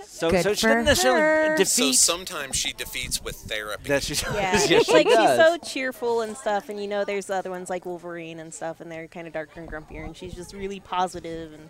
S1: so.
S4: Good
S1: so she
S4: for
S1: didn't necessarily
S4: her.
S7: So
S1: defeat.
S7: sometimes she defeats with therapy.
S1: that she does.
S6: Yeah,
S1: yes, she
S6: like
S1: does.
S6: she's so cheerful and stuff, and you know, there's other ones like Wolverine and stuff, and they're kind of darker and grumpier, and she's just really positive and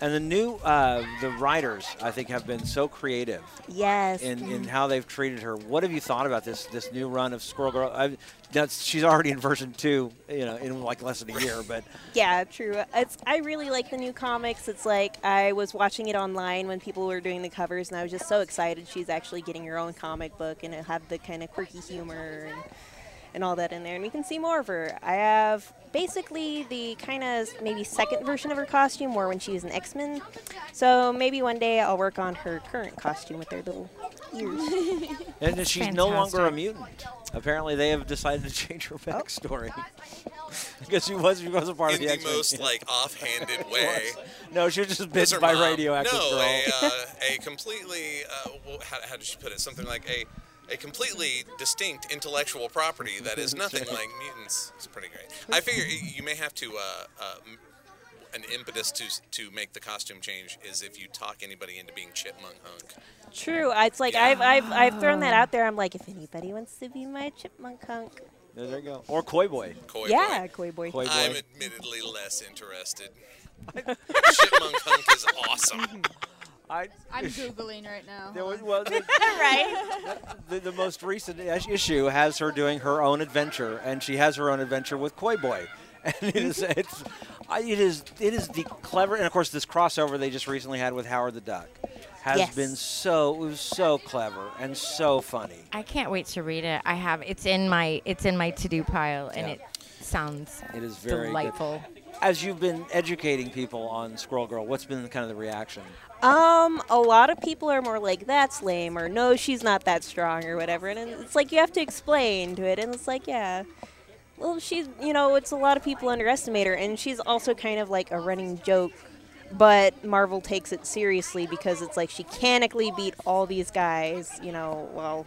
S1: and the new uh, the writers, I think, have been so creative
S6: yes,
S1: in, in how they've treated her. What have you thought about this this new run of Squirrel Girl? I, that's, she's already in version two, you know, in like less than a year, but
S6: yeah, true. It's I really like the new comics. It's like I was watching it online when people were doing the covers, and I was just so excited she's actually getting her own comic book, and it had the kind of quirky humor and and all that in there, and we can see more of her. I have basically the kind of maybe second version of her costume, more when she was an X Men. So maybe one day I'll work on her current costume with her little ears.
S1: And then she's no longer a
S4: fantastic.
S1: mutant. Apparently, they have decided to change her backstory because she was she was a part
S7: in
S1: of the,
S7: the
S1: X-Men.
S7: most like offhanded way.
S1: No, she was just
S7: That's her
S1: bitten by
S7: mom.
S1: radioactive
S7: no,
S1: girl.
S7: A, uh, a completely uh, wh- how, how did she put it? Something like a a completely distinct intellectual property that is nothing like mutants. It's pretty great. I figure y- you may have to. Uh, uh, m- an impetus to s- to make the costume change is if you talk anybody into being chipmunk hunk.
S6: True. I- It's like I've, I've I've thrown that out there. I'm like, if anybody wants to be my chipmunk hunk,
S1: There, there you go. Or Koi Boy.
S7: Koi
S6: yeah,
S7: boy.
S6: koi boy.
S1: Koi Boy.
S7: I'm admittedly less interested. chipmunk hunk is oh, awesome.
S1: I,
S3: I'm googling right now.
S1: there was, well, the,
S6: right.
S1: the, the most recent is- issue has her doing her own adventure, and she has her own adventure with Koi Boy. And it is it's, I- it is it is the clever, and of course this crossover they just recently had with Howard the Duck has
S6: Yes.
S1: been so it was so clever and so funny.
S4: I can't wait to read it. I have it's in my it's in my to do pile, and
S1: Yeah.
S4: it sounds
S1: It is very good.
S4: delightful.
S1: As you've been educating people on Squirrel Girl, what's been kind of the reaction?
S6: Um, a lot of people are more like, that's lame, or no, she's not that strong, or whatever. And it's like you have to explain to it, and it's like, yeah. Well, she's, you know, it's a lot of people underestimate her, and she's also kind of like a running joke. But Marvel takes it seriously because it's like she canically beat all these guys, you know, while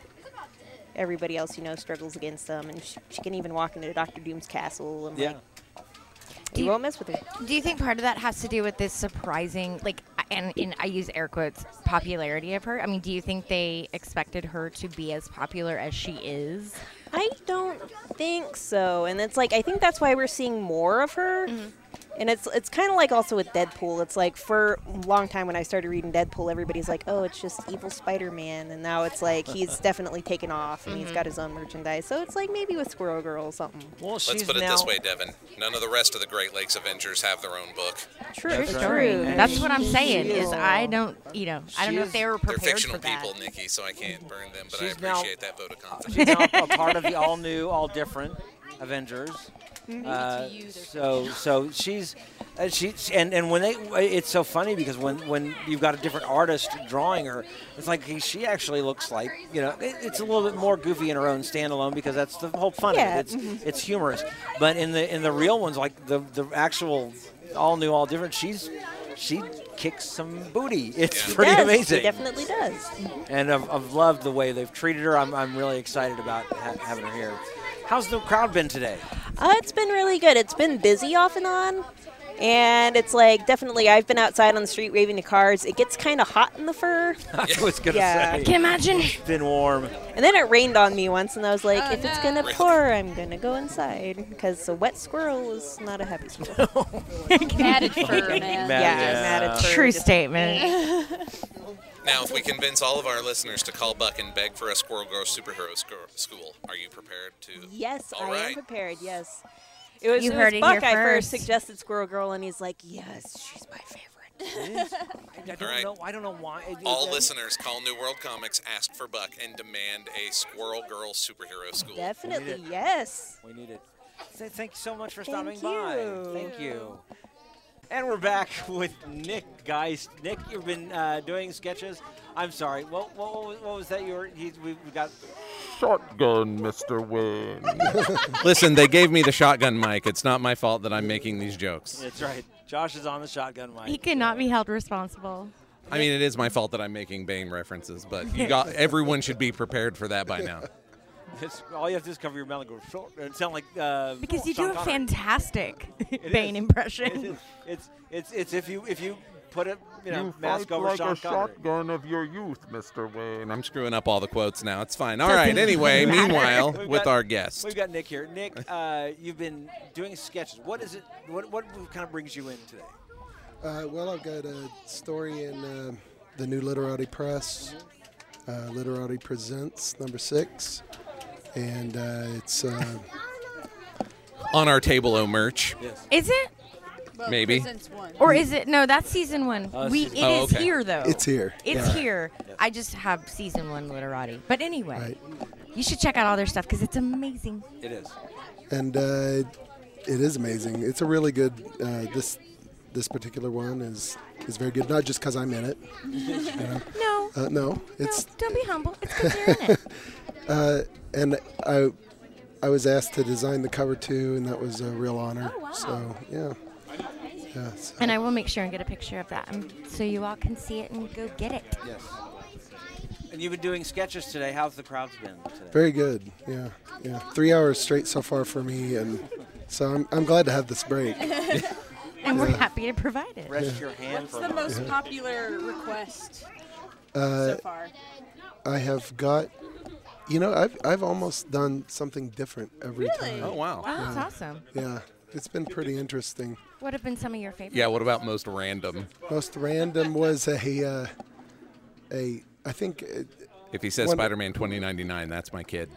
S6: everybody else, you know, struggles against them. And she, she can even walk into Doctor Doom's castle, and
S1: Yeah.
S6: like, you won't mess with her.
S4: Do you think part of that has to do with this surprising, like, and, and I use air quotes, popularity of her? I mean, do you think they expected her to be as popular as she is?
S6: I don't think so. And it's like I think that's why we're seeing more of her.
S4: Mm-hmm.
S6: And it's it's kind of like also with Deadpool. It's like for a long time when I started reading Deadpool, everybody's like, "Oh, it's just evil Spider-Man," and now it's like he's definitely taken off and
S4: Mm-hmm.
S6: he's got his own merchandise. So it's like maybe with Squirrel Girl or something.
S1: Well,
S7: Let's put it this way, Devin. None of the rest of the Great Lakes Avengers have their own book.
S6: True,
S1: That's right.
S6: true.
S4: That's what I'm saying.
S1: is-
S4: Is I don't, you know, I don't know
S1: She
S4: if they were
S7: They're
S4: prepared
S7: fictional
S4: for that.
S7: people, Nikki, so I can't burn them, but
S1: She's
S7: I
S1: now-
S7: appreciate that vote of confidence.
S1: She's now a part of the all new, all different Avengers. Uh,
S3: you, they're
S1: so so she's uh, she's and and when they it's so funny because when when you've got a different artist drawing her it's like he, she actually looks like you know it, it's a little bit more goofy in her own standalone because that's the whole fun
S6: Yeah,
S1: of it it's it's humorous but in the in the real ones like the the actual all new all different she's she kicks some booty it's
S7: She
S1: pretty
S6: does.
S1: amazing
S6: She definitely does.
S1: and I've, I've loved the way they've treated her. I'm, I'm really excited about ha- having her here. How's the crowd been today?
S6: Uh, it's been really good. It's been busy off and on. And it's like definitely, I've been outside on the street waving to cars. It gets kind of hot in the fur,
S1: I was gonna
S6: Yeah.
S1: say.
S4: Can you imagine?
S1: It's been warm.
S6: and then it rained on me once, and I was like,
S3: Oh,
S6: if it's
S3: no.
S6: gonna pour, I'm gonna go inside because a wet squirrel is not a happy squirrel.
S3: Added fur,
S1: Mad-
S3: man.
S6: yeah, I'm mad at her.
S4: True
S6: Just-
S4: statement.
S7: Now, if we convince all of our listeners to call Buck and beg for a Squirrel Girl superhero sco- school, are you prepared to?
S6: Yes,
S7: All
S6: I
S7: right.
S6: am prepared. Yes. It was,
S4: You
S6: it
S4: heard
S6: was
S4: it
S6: Buck
S4: here
S6: I
S4: first.
S6: first suggested Squirrel Girl, and he's like, yes, she's my favorite.
S1: I don't
S7: Alright.
S1: know. I don't know why. It- uh,
S7: All
S1: it-
S7: listeners call New World Comics, ask for Buck, and demand a Squirrel Girl superhero school.
S6: Definitely, yes.
S1: We need it. Th- Thank you so much for stopping
S6: Thank
S1: by.
S6: you.
S1: Thank you. And we're back with Nick Geist. Nick, you've been uh, doing sketches. I'm sorry. What, what, what was- what was that? You were, he, we we got.
S8: Shotgun, Mr. Wayne.
S7: Listen, they gave me the shotgun mic. It's not my fault that I'm making these jokes.
S1: That's right. Josh is on the shotgun mic.
S4: He could not be held responsible.
S7: I mean, it is my fault that I'm making Bane references, but you got everyone should be prepared for that by now.
S1: It's- all you have to do is cover your mouth and go short and sound like. Uh,
S4: Because you
S1: Sean
S4: do a
S1: Connery.
S4: fantastic
S1: It
S4: Bane
S1: is.
S4: impression.
S1: It is. It's, it's it's if you if you put a you know
S8: you
S1: mask
S8: fight
S1: over
S8: like
S1: Sean
S8: a
S1: Connery.
S8: shotgun of your youth, Mr. Wayne.
S7: I'm screwing up all the quotes now. It's fine. All right. Anyway,
S4: matter.
S7: meanwhile,
S1: We've
S7: with
S1: got-
S7: our guest.
S1: We've got Nick here. Nick, uh, you've been doing sketches. What is it? What what kind of brings you in today?
S5: Uh, well, I've got a story in uh, the new Literati Press, uh, Literati Presents number six, and uh, it's uh,
S7: on our table o merch.
S4: Is it?
S3: Well,
S7: Maybe.
S3: presents one.
S4: Or is it? No, that's season one.
S1: Oh,
S4: we it
S1: season
S4: is
S7: one. Oh, okay.
S4: here though.
S5: It's here.
S4: It's
S5: Yeah.
S4: here. I just have season one literati. But anyway,
S5: Right.
S4: you should check out all their stuff because it's amazing.
S1: It is.
S5: and uh, it is amazing. It's a really good uh, this this particular one is is very good. Not just because I'm in it.
S4: No,
S5: Uh, no, it's
S4: no, don't be humble. It's because you're in it.
S5: and I I was asked to design the cover too, and that was a real honor. So yeah, yeah. so-
S4: And I will make sure and get a picture of that um, so you all can see it and go get it.
S1: Yes. And you've been doing sketches today. How's the crowds been today?
S5: Very good. Yeah, yeah. Three hours straight so far for me, and so I'm, I'm glad to have this break.
S4: And we're happy to provide it.
S1: Rest your hand
S3: What's
S1: for a
S3: the
S1: moment.
S3: most popular request
S5: Uh,
S3: so far?
S5: I have got, you know, I've I've almost done something different every
S3: Really?
S5: time.
S7: Oh, wow.
S4: Wow, that's awesome.
S5: Yeah, it's been pretty interesting.
S4: What have been some of your favorites?
S7: Yeah, what about most random?
S5: Most random was a uh, a I think uh,
S7: If he says
S5: One-
S7: Spider Man 2099, that's my kid.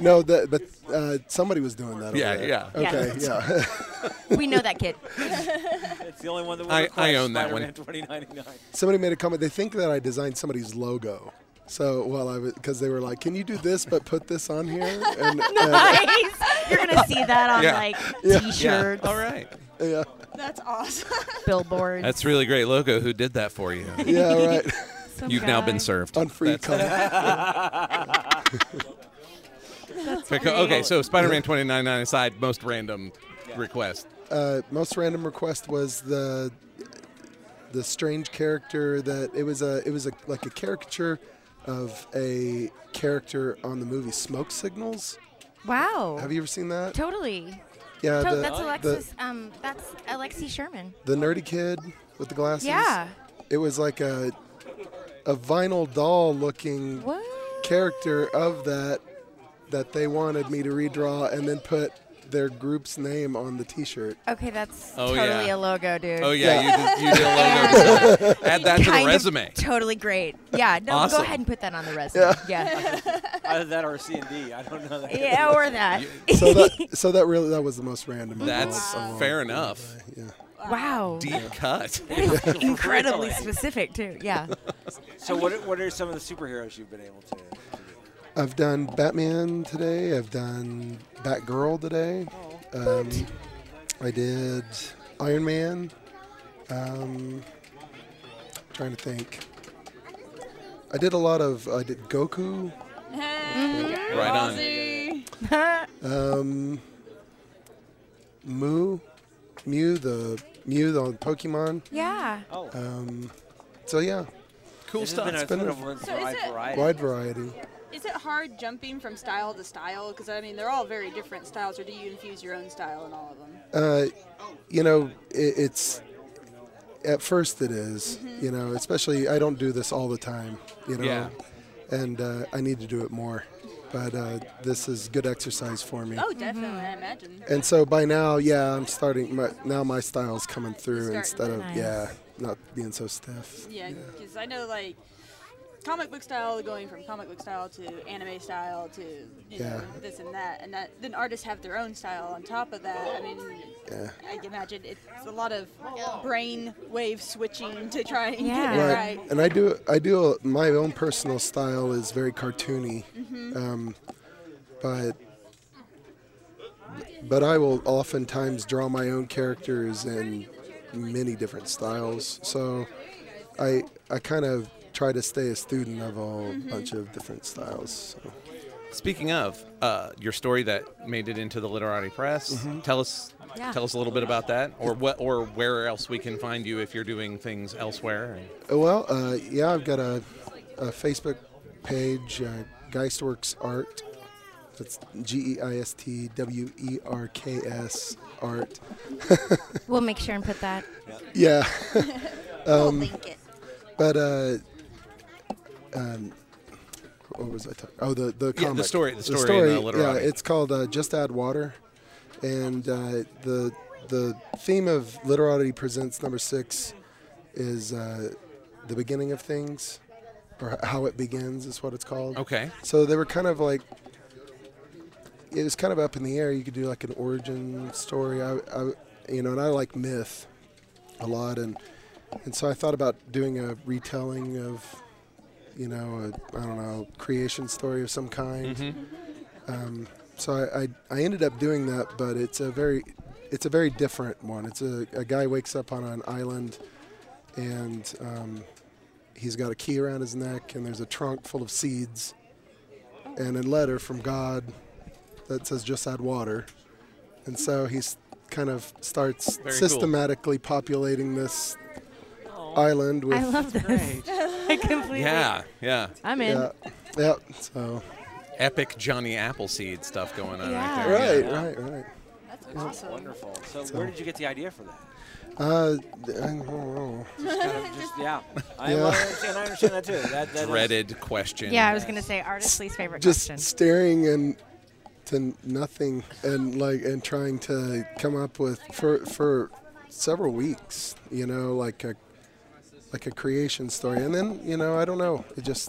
S5: no, the, but uh, somebody was doing that. over
S7: Yeah,
S5: there.
S7: yeah.
S4: Yeah.
S5: Okay, yeah.
S4: We know that kid.
S1: It's the only one that we
S7: I-
S1: request,
S7: I own that
S1: Spider-Man 2099.
S5: somebody made a comment. They think that I designed somebody's logo. So well, I was because they were like, "Can you do this, but put this on here?" And, uh, and
S4: Nice. You're gonna see that on
S7: Yeah.
S4: like
S5: Yeah.
S4: t-shirts,
S7: All right.
S5: yeah,
S3: That's awesome.
S4: billboards.
S7: That's really great logo. Who did that for you?
S5: yeah, right.
S4: Some
S7: You've now
S4: guy.
S7: been served.
S5: on free
S7: That's-
S5: comic.
S7: Because- okay, so Spider Man 2099 aside, most random request.
S5: Uh, most random request was the the strange character that it was a it was a like a caricature of a character on the movie Smoke Signals.
S4: Wow.
S5: Have you ever seen that?
S4: Totally.
S5: Yeah,
S4: To-
S5: the,
S4: that's Alexis.
S5: the
S4: um, that's Alexi Sherman.
S5: the nerdy kid with the glasses.
S4: Yeah.
S5: it was like a a vinyl doll looking
S4: What?
S5: character of that that they wanted me to redraw and then put their group's name on the T-shirt.
S4: Okay, that's
S7: Oh,
S4: totally
S7: yeah.
S4: a logo, dude.
S7: Oh, yeah, you did, you did a
S4: Yeah.
S7: logo design. Add that to the
S4: Kind of
S7: resume.
S4: totally great. Yeah. No,
S7: Awesome.
S4: go ahead and put that on the resume. Yeah.
S1: Either that or a C&D. I don't know. That.
S4: Yeah, or that.
S5: So that so that really that was the most random. of
S7: That's
S5: all.
S7: fair enough.
S5: Yeah.
S4: wow.
S7: Deep cut.
S4: Incredibly specific too. Yeah.
S1: So what are, what are some of the superheroes you've been able to, to do?
S5: I've done Batman today. I've done Batgirl today. Um, I did Iron Man. Um, trying to think. I did a lot of. I did Goku.
S7: Right on.
S3: Ballsy.
S5: Um, Moo, Mew, the Mew the Pokemon.
S4: Yeah.
S1: Oh,
S5: Um, so yeah,
S7: Cool
S1: this has
S7: stuff.
S1: been a,
S5: been
S1: sort
S5: a-
S1: of a
S3: So is
S1: wide
S3: it-
S1: variety.
S5: wide variety.
S3: Is it hard jumping from style to style? Because I mean, they're all very different styles. Or do you infuse your own style in all of them?
S5: Uh, you know, it, it's at first it is, You know, especially I don't do this all the time. You know,
S7: Yeah.
S5: and uh, I need to do it more. But uh, this is good exercise for me.
S3: Oh, definitely. I imagine.
S5: And so by now, yeah, I'm starting. My, now my style's coming through
S3: Starting
S5: instead of
S4: Nice.
S5: yeah, not being so stiff.
S3: Yeah, because I know like comic book style going from comic book style to anime style to you know
S5: Yeah.
S3: this and that, and that then artists have their own style on top of that. I mean,
S5: Yeah.
S3: I can imagine it's a lot of brain wave switching to try and get
S4: Yeah.
S3: it
S5: Right.
S3: right.
S5: And I do. I do. My own personal style is very cartoony, um, but but I will oftentimes draw my own characters in many different styles. So I I kind of try to stay a student of a bunch of different styles. So.
S7: Speaking of uh, your story that made it into the Literati Press, tell us
S4: Mm-hmm. Yeah.
S7: tell us a little bit about that, or what, or where else we can find you if you're doing things elsewhere. And
S5: Uh, Well, uh, yeah, I've got a, a Facebook page, uh, Geistworks Art. That's G E I S T W E R K S Art.
S4: We'll make sure and put that.
S5: Yeah,
S3: We'll link it.
S5: but uh, um, what was I talking? Oh, the the comic.
S7: Yeah, the story- the story in, uh, Literati.
S5: Yeah, it's called uh, Just Add Water, and uh, the the theme of Literati Presents Number Six is uh, the beginning of things, or how it begins is what it's called.
S7: okay,
S5: So they were kind of like, it was kind of up in the air. You could do like an origin story. I, I you know, and I like myth a lot, and and so I thought about doing a retelling of, you know, a, I don't know, creation story of some kind. Um,
S7: Mm-hmm.
S5: so I, I I ended up doing that, but it's a very it's a very different one. It's a, a guy wakes up on an island, and um, he's got a key around his neck, and there's a trunk full of seeds and a letter from God that says just add water. And so he's kind of starts
S7: Very cool.
S5: systematically populating this island with
S4: I love this. I completely.
S7: yeah, yeah,
S4: I'm in.
S5: yeah, yeah. So
S7: epic Johnny Appleseed stuff going on
S4: Yeah.
S7: right there.
S5: right,
S7: yeah.
S5: right, right.
S3: That's awesome.
S1: Wonderful. So, where did you get the idea for that?
S5: Uh, th- I don't know.
S1: Just kind of just, yeah. I,
S5: Yeah.
S1: well, I understand, I understand that too. That, that is-
S7: Dreaded question.
S4: Yeah, I was gonna say artist's least favorite
S5: just
S4: question.
S5: staring and to nothing and like and trying to come up with for for several weeks you know like a like a creation story and then you know i don't know it just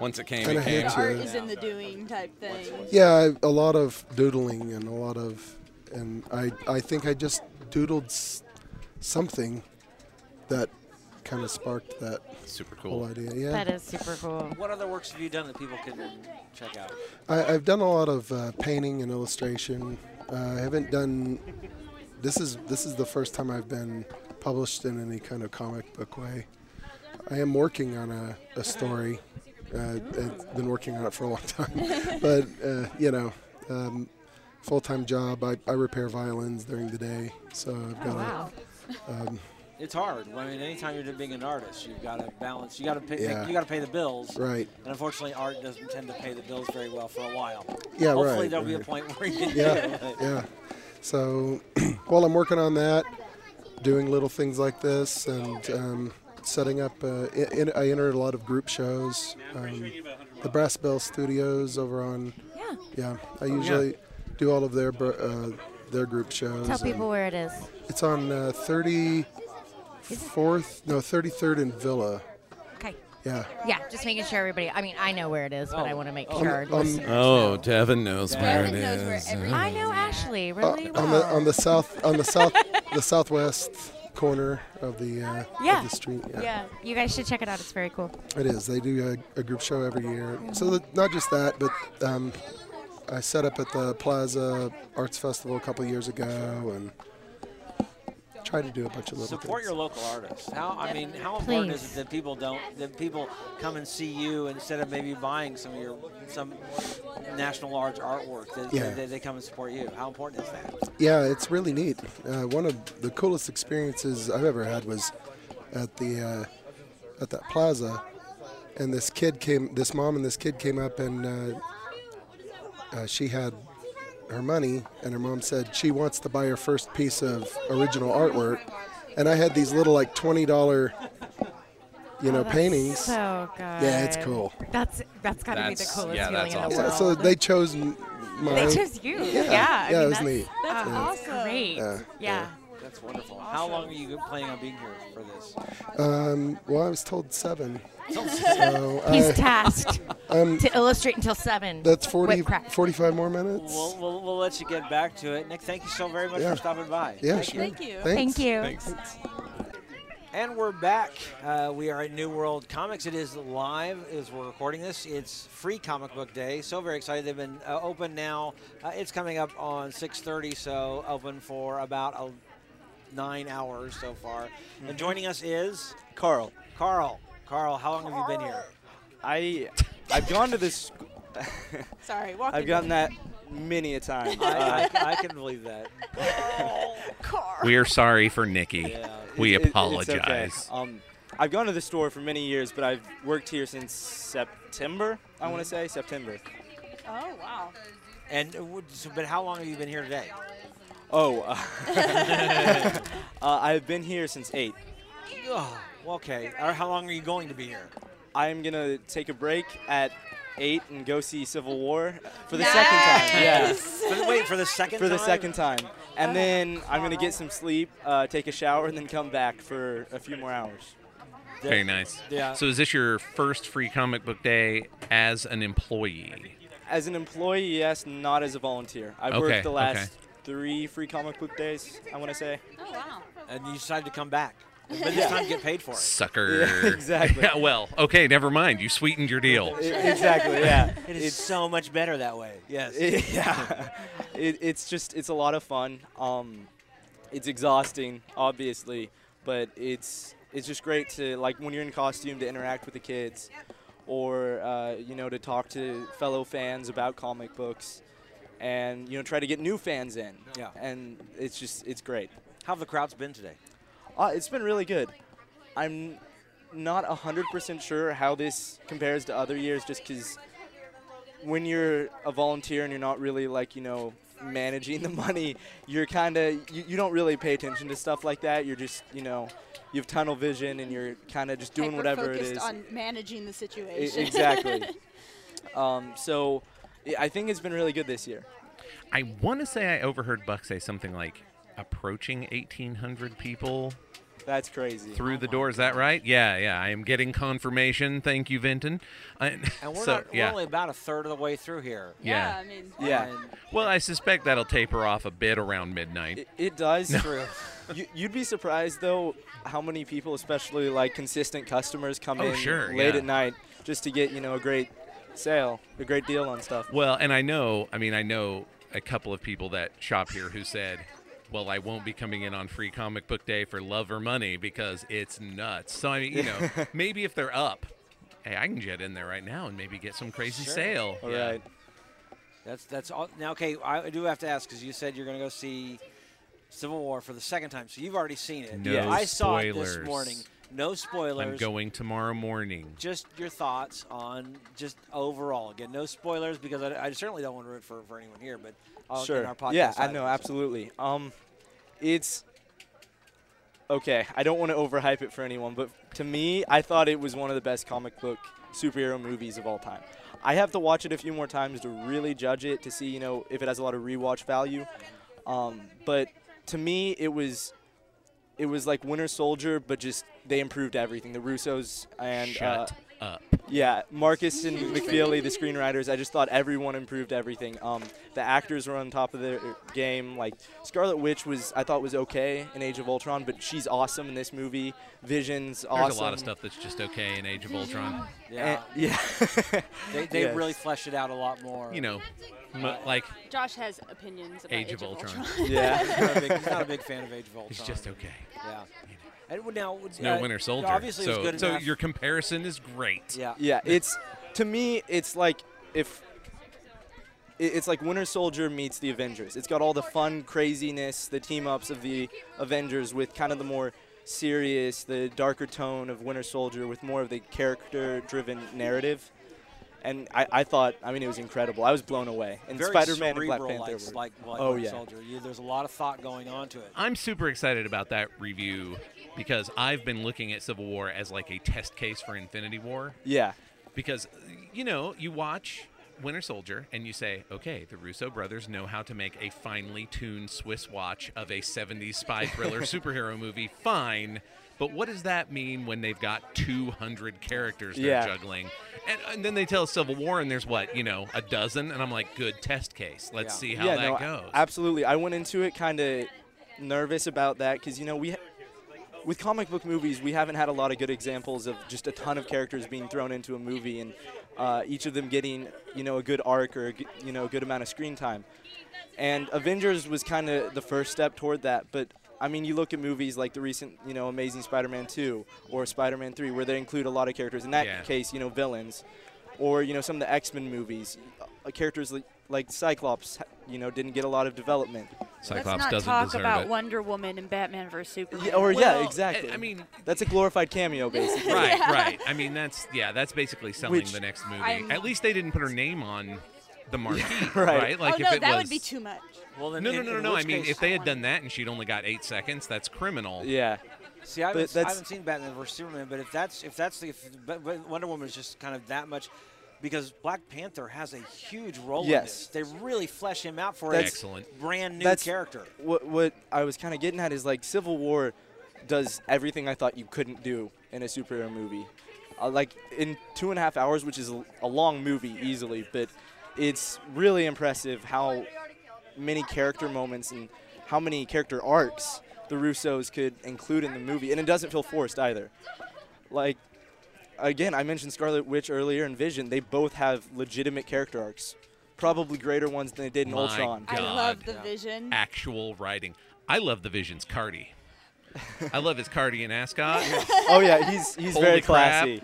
S7: Once it came,
S5: Kinda
S7: it came.
S5: hits you.
S3: Art is in the doing type thing.
S5: Yeah, I, a lot of doodling and a lot of, and I I think I just doodled s- something that kind of sparked that
S7: Super
S5: whole
S7: cool.
S5: idea. Yeah,
S4: That is super cool.
S1: What other works have you done that people can check out?
S5: I, I've done a lot of uh, painting and illustration. Uh, I haven't done. This is this is the first time I've been published in any kind of comic book way. I am working on a, a story. Uh, I've been working on it for a long time, but uh, you know, um, full time job. I, I repair violins during the day, so I've got
S4: Wow.
S1: It's hard. I mean, anytime you're being an artist, you've got to balance. You got to pay.
S5: Yeah.
S1: You got to pay the bills.
S5: a right.
S1: And unfortunately, art doesn't tend to pay the bills very well for a while.
S5: Yeah,
S1: Hopefully,
S5: right,
S1: there'll be a
S5: right.
S1: point where you.
S5: yeah, yeah. So while I'm working on that, doing little things like this and um, setting up, uh, I, in- I entered a lot of group shows. Um, the Brass Bell Studios over on,
S4: Oh, Yeah.
S5: yeah, I usually do all of their br- uh, their group shows.
S4: Tell
S5: and
S4: people where it is.
S5: It's on uh, 34th, no, 33rd and Villa.
S4: Okay.
S5: Yeah.
S4: Yeah, just making sure everybody. I mean, I know where it is, but
S5: Oh.
S4: I want to make sure. our
S5: on-
S4: listeners
S7: Oh,
S4: know.
S7: Devin knows where it
S3: Devin knows where
S7: is.
S3: every-
S4: I know Ashley
S5: Uh,
S4: really well.
S5: on the on the south on the south the southwest corner of the uh,
S4: Yeah.
S5: of the street.
S4: yeah, you guys should check it out. It's very cool.
S5: It is. They do a, a group show every year. So that, not just that, but um, I set up at the Plaza Arts Festival a couple years ago and tried to do a bunch of little
S1: Support
S5: things.
S1: your local artists. How I mean, how important is it that people don't that people come and see you instead of maybe buying some of your some national large artwork? That,
S5: Yeah.
S1: that they, come and support you. How important is that?
S5: yeah, it's really neat. Uh, one of the coolest experiences I've ever had was at the uh, at that plaza and this kid came, this mom and this kid came up, and uh, uh, she had her money, and her mom said she wants to buy her first piece of original artwork, and I had these little like twenty dollar, you know, paintings.
S4: So good.
S5: Yeah, it's cool.
S4: That's that's gotta be the
S7: That's-
S4: coolest
S7: yeah,
S4: feeling
S7: that's
S4: in the
S7: awesome.
S5: yeah,
S4: world.
S5: so they chose m- mine.
S4: they chose you. Yeah,
S5: yeah,
S4: I
S5: it
S4: mean,
S5: was
S4: that's,
S5: neat.
S4: That's
S5: Yeah.
S4: awesome. Great.
S5: Yeah.
S4: Yeah.
S1: That's wonderful. How long are you planning on being here for this?
S5: Um, well, I was told seven. so
S4: He's
S5: I,
S4: tasked to illustrate until seven.
S5: that's 40,
S4: Whip crack.
S5: 45 more minutes.
S1: We'll, we'll, we'll let you get back to it. Nick, thank you so very much
S5: Yeah.
S1: for stopping by.
S5: yeah,
S1: Thank
S5: sure.
S1: you.
S3: Thank you.
S5: Thanks.
S4: Thank you.
S1: And we're back. Uh, we are at New World Comics. It is live as we're recording this. It's free comic book day. So very excited. They've been uh, open now. Uh, it's coming up on 6:30, so open for about uh, nine hours so far. And joining us is
S9: Carl,
S1: Mm-hmm. Carl. Carl, how long have you been here?
S9: I I've gone to this.
S3: Sorry, walk
S9: I've
S3: in.
S9: gotten that many a time. Uh,
S1: I, I, I can believe that.
S2: We're sorry for Nikki.
S1: Yeah.
S2: We
S9: It- it- it's okay.
S2: apologize.
S9: Um, I've gone to the store for many years, but I've worked here since September. I want to say September.
S3: Oh wow.
S1: And uh, would- so- but how long have you been here today?
S9: Oh, uh, uh, I've been here since eight.
S1: Oh, okay. Or how long are you going to be here?
S9: I'm gonna take a break at eight and go see Civil War for the second time. Yeah.
S1: For the- wait for the second
S9: For the
S1: time? Oh.
S9: second time, and then I'm gonna get some sleep, uh, take a shower, and then come back for a few more hours.
S2: Very nice.
S1: Yeah.
S2: So is this your first free comic book day as an employee?
S9: As an employee, yes, not as a volunteer. I've
S2: Okay,
S9: worked the last
S2: okay.
S9: three free comic book days, I want to say.
S3: Oh wow.
S1: and you decided to come back. But this time get paid for it.
S2: Sucker.
S9: Yeah, exactly.
S2: Yeah, well, okay, never mind. You sweetened your deal.
S9: E- exactly, yeah.
S1: It is so much better that way. Yes.
S9: it- yeah. It, it's just, it's a lot of fun. Um, it's exhausting, obviously, but it's it's just great to, like, when you're in costume, to interact with the kids or, uh, you know, to talk to fellow fans about comic books and, you know, try to get new fans in.
S1: Yeah.
S9: And it's just, it's great.
S1: How have the crowds been today?
S9: Uh, it's been really good. I'm not 100% sure how this compares to other years just because when you're a volunteer and you're not really like, you know, managing the money, you're kind of, you, you don't really pay attention to stuff like that. You're just, you know, you have tunnel vision and you're kind of just doing whatever it
S3: Hyper-focused
S9: is.
S3: on managing the
S9: I-
S3: situation.
S9: exactly. um, so I- I think it's been really good this year.
S2: I want to say I overheard Buck say something like approaching 1,800 people
S9: That's crazy.
S2: through the door. Is that right? Yeah, yeah. I am getting confirmation. Thank you, Vinton. I,
S1: And we're,
S2: so,
S1: not,
S2: yeah.
S1: we're only about a third of the way through here.
S2: yeah.
S3: I mean.
S9: Yeah.
S1: And
S2: Well, I suspect that'll taper off a bit around midnight.
S9: It, it does.
S1: true.
S9: You, you'd be surprised though how many people, especially like consistent customers, come
S2: Oh,
S9: in
S2: sure,
S9: late
S2: yeah.
S9: at night just to get you know a great sale, a great deal on stuff.
S2: Well, and I know, I mean, I know a couple of people that shop here who said, well, I won't be coming in on free comic book day for love or money because it's nuts. So, I mean, you know, maybe if they're up, hey, I can jet in there right now and maybe get some crazy
S1: Sure.
S2: sale.
S9: All right.
S2: Yeah.
S1: that's that's all. Now, okay, I do have to ask because you said you're going to go see Civil War for the second time, so you've already seen it.
S2: No
S1: I saw it this
S2: spoilers.
S1: morning. No
S2: I'm
S1: spoilers.
S2: going tomorrow morning.
S1: just your thoughts on just overall. Again, no spoilers because I, I certainly don't want to root for, for anyone here, but I'll in
S9: sure.
S1: our podcast.
S9: yeah, I
S1: side,
S9: know
S1: so.
S9: absolutely. Um, it's okay. I don't want to overhype it for anyone, but to me, I thought it was one of the best comic book superhero movies of all time. I have to watch it a few more times to really judge it to see, you know, if it has a lot of rewatch value. Um, but to me, it was it was like Winter Soldier, but just they improved everything. The Russos and uh,
S2: Shut up.
S9: yeah, Marcus and McFeely, the screenwriters. I just thought everyone improved everything. Um, the actors were on top of their game. Like Scarlet Witch was, I thought was okay in Age of Ultron, but she's awesome in this movie. Vision's awesome.
S2: There's a lot of stuff that's just okay in Age of Ultron.
S1: Yeah,
S9: Eh, yeah.
S1: they, they
S9: yes.
S1: really fleshed it out a lot more.
S2: You know, m- like
S3: Josh has opinions about
S2: Age of Ultron.
S9: yeah.
S1: He's not a big, he's not a big fan of Age of Ultron.
S2: It's just okay.
S1: Yeah. And well, now it's
S2: No Winter Soldier.
S1: Obviously,
S2: so,
S1: it's good
S2: so
S1: enough.
S2: your comparison is great.
S1: yeah.
S9: Yeah, it's to me, it's like if it- it's like Winter Soldier meets the Avengers. It's got all the fun craziness, the team ups of the Avengers with kind of the more serious, the darker tone of Winter Soldier with more of the character-driven narrative. And I, I thought, I mean, it was incredible. I was blown away. And
S1: Very
S9: Spider-Man and Black
S1: cerebral,
S9: Panther
S1: like,
S9: were-
S1: like, like
S9: oh
S1: Winter
S9: yeah.
S1: Soldier. You, there's a lot of thought going on to it.
S2: I'm super excited about that review because I've been looking at Civil War as like a test case for Infinity War
S9: Yeah.
S2: because you know you watch Winter Soldier and you say, okay, the Russo brothers know how to make a finely tuned Swiss watch of a 70s spy thriller superhero movie. Fine. But what does that mean when they've got 200 characters they're
S9: Yeah.
S2: juggling? And, and then they tell Civil War, and there's what, you know, a dozen? And I'm like, good test case. Let's
S1: Yeah.
S2: see how
S9: yeah,
S2: that
S9: no,
S2: goes.
S9: Absolutely. I went into it kind of nervous about that because you know we. Ha- with comic book movies, we haven't had a lot of good examples of just a ton of characters being thrown into a movie and uh, each of them getting, you know, a good arc or a g- you know a good amount of screen time. And Avengers was kind of the first step toward that. But I mean, you look at movies like the recent, you know, Amazing Spider-Man 2 or Spider-Man 3, where they include a lot of characters. In that
S2: Yeah.
S9: case, you know, villains, or you know, some of the X-Men movies, uh, characters like, like Cyclops, ha- you know, didn't get a lot of development.
S2: Cyclops
S3: Let's not
S2: doesn't
S3: talk
S2: deserve
S3: about
S2: it. Oh,
S3: Wonder Woman and Batman versus Superman.
S9: Yeah, or
S2: Well,
S9: yeah, exactly.
S2: I- I mean,
S9: that's a glorified cameo, basically.
S2: right, right. I mean, that's yeah, that's basically selling
S9: Which-
S2: the next movie.
S3: I'm-
S2: At least they didn't put her name on the marquee, right.
S9: right.
S3: oh no, that would
S2: was-
S3: be too much.
S1: Well, then,
S2: No,
S1: in-
S2: no, no, no,
S1: in
S2: no. I
S1: which
S2: mean,
S1: case-
S2: if they had done that and she'd only got eight seconds, that's criminal.
S9: Yeah.
S1: See, I haven't,
S9: But
S1: s- I
S9: that's-
S1: haven't seen Batman vs Superman, but if that's if that's the if, but, but Wonder Woman is just kind of that much, because Black Panther has a huge role
S9: Yes.
S1: in this. They really flesh him out for
S9: That's-
S1: a
S2: Excellent.
S1: brand new
S9: That's-
S1: character.
S9: What what I was kind of getting at is like Civil War does everything I thought you couldn't do in a superhero movie. Uh, like in two and a half hours, which is a, a long movie easily, but it's really impressive how many character moments and how many character arcs the Russos could include in the movie, and it doesn't feel forced either. Like again, I mentioned Scarlet Witch earlier and Vision. They both have legitimate character arcs, probably greater ones than they did in
S2: My
S9: Ultron.
S2: God.
S3: I love the Vision.
S2: Actual writing. I love the Vision's Cardi. I love his Cardi and ascot.
S9: Oh yeah, he's he's
S2: Holy
S9: very
S2: crap.
S9: classy.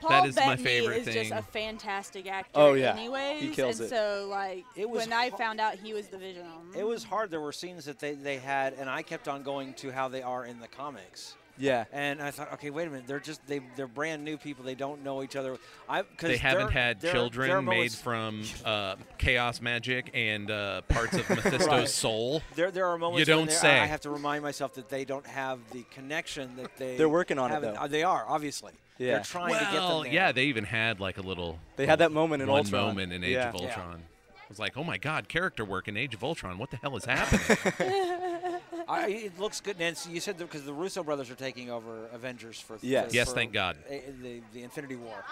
S3: Paul
S2: That is my
S3: Bettany
S2: favorite
S3: is just
S2: thing.
S3: a fantastic actor.
S9: Oh, yeah. He
S3: anyways,
S9: kills
S3: and
S9: it.
S3: so like
S1: It was
S3: when I
S1: hu-
S3: found out he was the Vision, I'm,
S1: It was hard. There were scenes that they, they had, and I kept on going to how they are in the comics.
S9: Yeah.
S1: And I thought, okay, wait a minute. They're just they they're brand new people. They don't know each other. I because
S2: They haven't had children made
S1: moments,
S2: from uh, chaos magic and uh, parts of Mephisto's soul.
S1: There, there are moments
S2: You
S1: when
S2: don't
S1: there-
S2: say.
S1: I have to remind myself that they don't have the connection that they.
S9: They're working on it,
S1: haven't-
S9: though.
S1: uh, They are obviously.
S9: Yeah.
S1: They're trying to get them
S2: Well,
S1: there.
S2: yeah, they even had like a little.
S9: They had that moment in
S2: one
S9: Ultron.
S2: moment in Age
S9: Yeah.
S2: of
S1: Yeah.
S2: Ultron. I was like, oh my god, character work in Age of Ultron. What the hell is happening?
S1: I, it looks good. And you said because the Russo brothers are taking over Avengers for.
S9: Yes.
S1: for-
S2: Yes,
S1: for,
S2: thank God.
S1: uh, The, the Infinity War.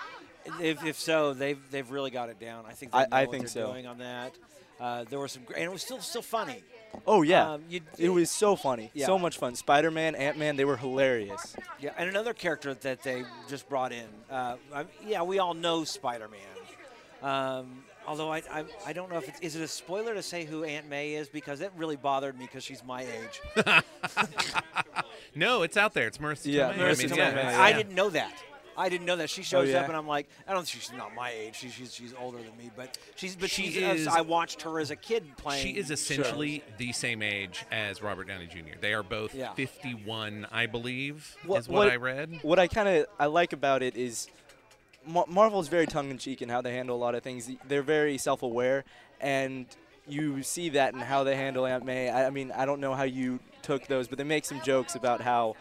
S1: If, if so, they've they've really got it down. I think they
S9: I-
S1: know
S9: I
S1: what
S9: think
S1: they're
S9: so.
S1: doing on that. Uh, there were some, gr- and it was still still funny.
S9: Oh yeah.
S1: Um, you-
S9: it was so funny.
S1: Yeah.
S9: So much fun. Spider Man, Ant Man, they were hilarious.
S1: Yeah, and another character that they just brought in. Uh, I, yeah, we all know Spider-Man. Um, although I, I, I don't know if it's, is it a spoiler to say who Aunt May is because that really bothered me because she's my age.
S2: no, it's out there. It's Marissa
S9: Yeah,
S2: Tomei.
S9: Marissa
S2: I mean,
S9: Tomei,
S2: yeah, Oh,
S9: man.
S2: it's-
S1: I didn't know that. I didn't know that she shows
S9: yeah?
S1: up, and I'm like, I don't think she's not my age. She's she's, she's older than me, but she's but
S2: She
S1: she's us.
S2: is-
S1: I watched her as a kid playing.
S2: She is
S1: shows.
S2: essentially the same age as Robert Downey Jr. They are both
S1: Yeah.
S2: 51, I believe, is
S9: Wha-
S2: what, I read.
S9: What I kind of I like about it is Mar- Marvel is very tongue in cheek in how they handle a lot of things. They're very self aware, and you see that in how they handle Aunt May. I, I mean, I don't know how you took those, but they make some jokes about how.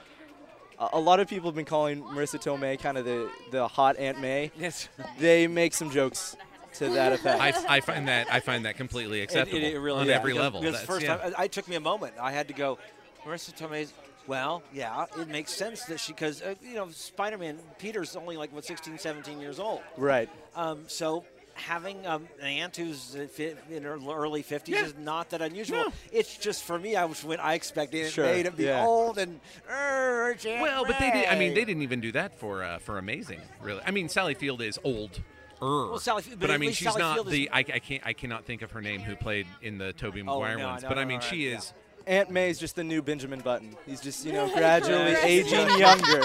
S9: a- A lot of people have been calling Marissa Tomei kind of the, the hot Aunt May.
S1: Yes, it-
S9: They make some jokes to that effect.
S2: I, I find that I find that completely
S1: it,
S2: acceptable
S1: it, really
S2: on
S1: yeah,
S2: every
S1: because-
S2: level.
S1: Because
S2: That's-
S1: first
S2: yeah.
S1: time, I, I took me a moment. I had to go. Marissa Tomei's. Well, yeah, it makes sense that she because uh, you know Spider-Man Peter's only like what 16, 17 years old.
S9: right.
S1: Um, so having um, an aunt who's uh, fi- in her early 50s is not that unusual.
S2: No.
S1: It's just for me, I was when I expected Aunt
S9: Sure,
S1: May to be
S9: yeah.
S1: old and "Err, it's Aunt
S2: well, but they did, I mean
S1: May."
S2: they didn't even do that for uh, for Amazing. Really, I mean Sally Field is old. Well,
S1: Sally Field- but
S2: I
S1: at
S2: mean
S1: least
S2: she's
S1: Sally
S2: not
S1: Field is- Oh,
S2: the I, I can't I cannot think of her name who played in the Toby Maguire
S1: no, I
S2: ones.
S1: know,
S2: But I
S1: no,
S2: mean
S1: all right,
S2: she
S1: yeah.
S2: is
S9: Aunt May is just the new Benjamin Button. He's just, you know, gradually
S1: Yes.
S9: aging younger.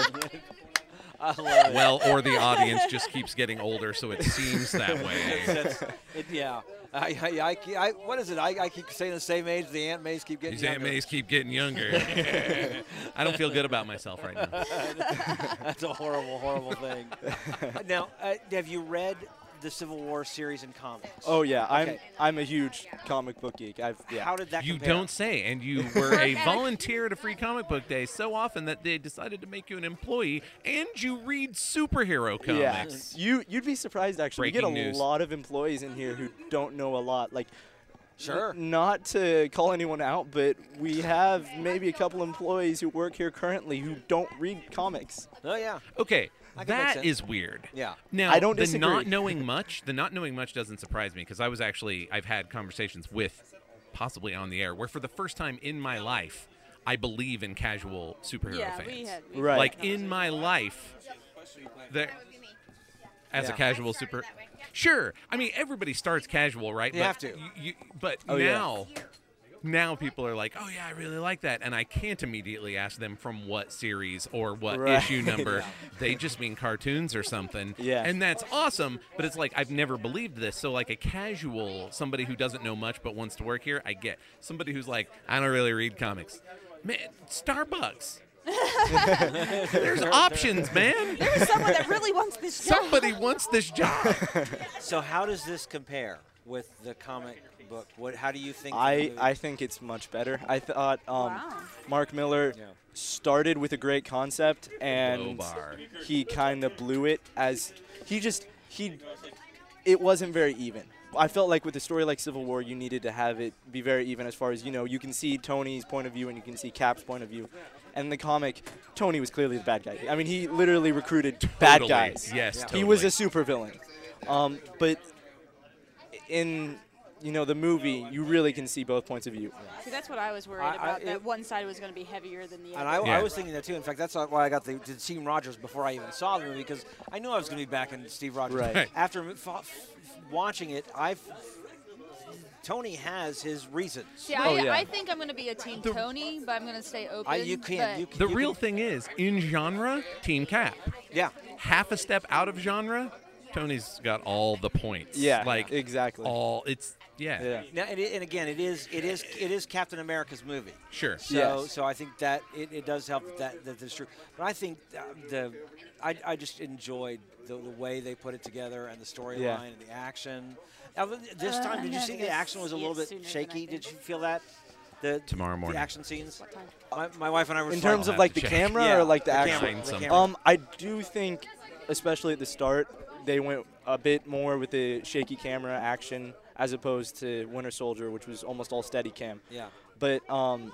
S1: Oh,
S2: well, or the audience just keeps getting older, so it seems that way.
S1: That's- it- yeah. I, I, I, ke- I- what is it? I, I keep saying the same age. The Aunt Mays keep getting
S2: These Aunt
S1: younger.
S2: Mays keep getting younger. I don't feel good about myself right now.
S1: That's a horrible, horrible thing. now, uh, have you read the Civil War series in comics?
S9: Oh yeah, I'm
S1: Okay.
S9: I'm a huge comic book geek. I've yeah.
S1: How did that
S2: You
S1: compare?
S2: don't say, and you were a volunteer at a free comic book day so often that they decided to make you an employee, and you read superhero
S9: yeah.
S2: comics.
S9: You you'd be surprised actually. we
S2: Breaking
S9: get a
S2: news.
S9: lot of employees in here who don't know a lot. Like
S1: Sure.
S9: n- not to call anyone out, but we have maybe a couple employees who work here currently who don't read comics.
S1: Oh, yeah.
S2: Okay,
S1: I can make
S2: that
S1: sense.
S2: is weird.
S1: Yeah.
S2: Now,
S9: I don't
S2: the
S9: disagree.
S2: not knowing much, the not knowing much doesn't surprise me because I was actually I've had conversations with possibly on the air where for the first time in my life I believe in casual superhero
S3: yeah,
S2: fans.
S3: we had. We
S9: Right.
S2: Like in my life there as a
S1: Yeah.
S2: casual super Sure. I mean everybody starts casual, right?
S1: You
S2: but
S1: have to.
S2: You, you, but
S9: Oh, yeah.
S2: now Now people are like, "Oh yeah, I really like that," and I can't immediately ask them from what series or what
S9: Right.
S2: issue number. They just mean cartoons or something.
S9: Yeah.
S2: And that's awesome, but it's like I've never believed this. So like a casual somebody who doesn't know much but wants to work here, I get. Somebody who's like, I don't really read comics. Man, Starbucks. There's options, man.
S3: There's someone that really wants this job.
S2: Somebody wants this job.
S1: So how does this compare with the comic book? What? How do you think?
S9: I, I think it's much better. I thought um,
S3: Wow.
S9: Mark Miller
S1: Yeah.
S9: started with a great concept and
S2: bar.
S9: he kind of blew it as he just he it wasn't very even. I felt like with a story like Civil War, you needed to have it be very even as far as you know. You can see Tony's point of view and you can see Cap's point of view. And in the comic, Tony was clearly the bad guy. I mean, he literally recruited bad
S2: Totally.
S9: guys.
S2: Yes,
S9: He was a
S2: totally.
S9: supervillain. Um, but in you know the movie, you really can see both points of view.
S3: See, that's what I was worried
S1: I- I-
S3: about. that
S1: it-
S3: one side was going to be heavier than the
S1: And
S3: other.
S1: I,
S2: Yeah.
S1: I was thinking that too. In fact, that's why I got the, to Steve Rogers before I even saw the movie because I knew I was going to be back in Steve Rogers.
S9: Right. Right.
S1: After f- f- watching it, I Tony has his reasons.
S10: See,
S9: Oh,
S10: I,
S9: yeah.
S10: I think I'm going to be a Team Tony, but I'm going to stay
S2: Ah,
S10: open.
S1: I, you
S10: but
S1: can. You, can-
S2: The
S1: you
S2: real
S1: Can,
S2: thing is, in genre, Team Cap.
S1: yeah.
S2: Half a step out of genre, Tony's got all the points.
S9: Yeah,
S2: like
S9: exactly.
S2: all. It's yeah,
S9: Yeah.
S1: Now, and, it, and again, it is it is it is Captain America's movie.
S2: sure.
S1: So,
S9: Yes.
S1: so I think that it, it does help that that is true. But I think uh, the I, I just enjoyed the, the way they put it together and the storyline
S9: Yeah.
S1: and the action. Now, th- this time, did you
S3: I'm
S1: see the
S3: gonna
S1: action was a
S3: see
S1: little bit
S3: it Uh, sooner than I
S1: shaky?
S3: think.
S1: Did you feel that? The
S2: Tomorrow morning.
S1: The action scenes. My, my wife and I were
S9: In
S1: just like-
S9: terms
S2: I'll
S9: of
S2: have
S9: like
S2: to
S9: the
S2: check.
S9: camera
S1: Yeah,
S9: or like the,
S1: the
S9: action.
S1: camera,
S2: Find
S1: the
S2: something.
S1: camera.
S9: Um, I do think, especially at the start, they went a bit more with the shaky camera action as opposed to Winter Soldier, which was almost all steady cam.
S1: yeah.
S9: But um,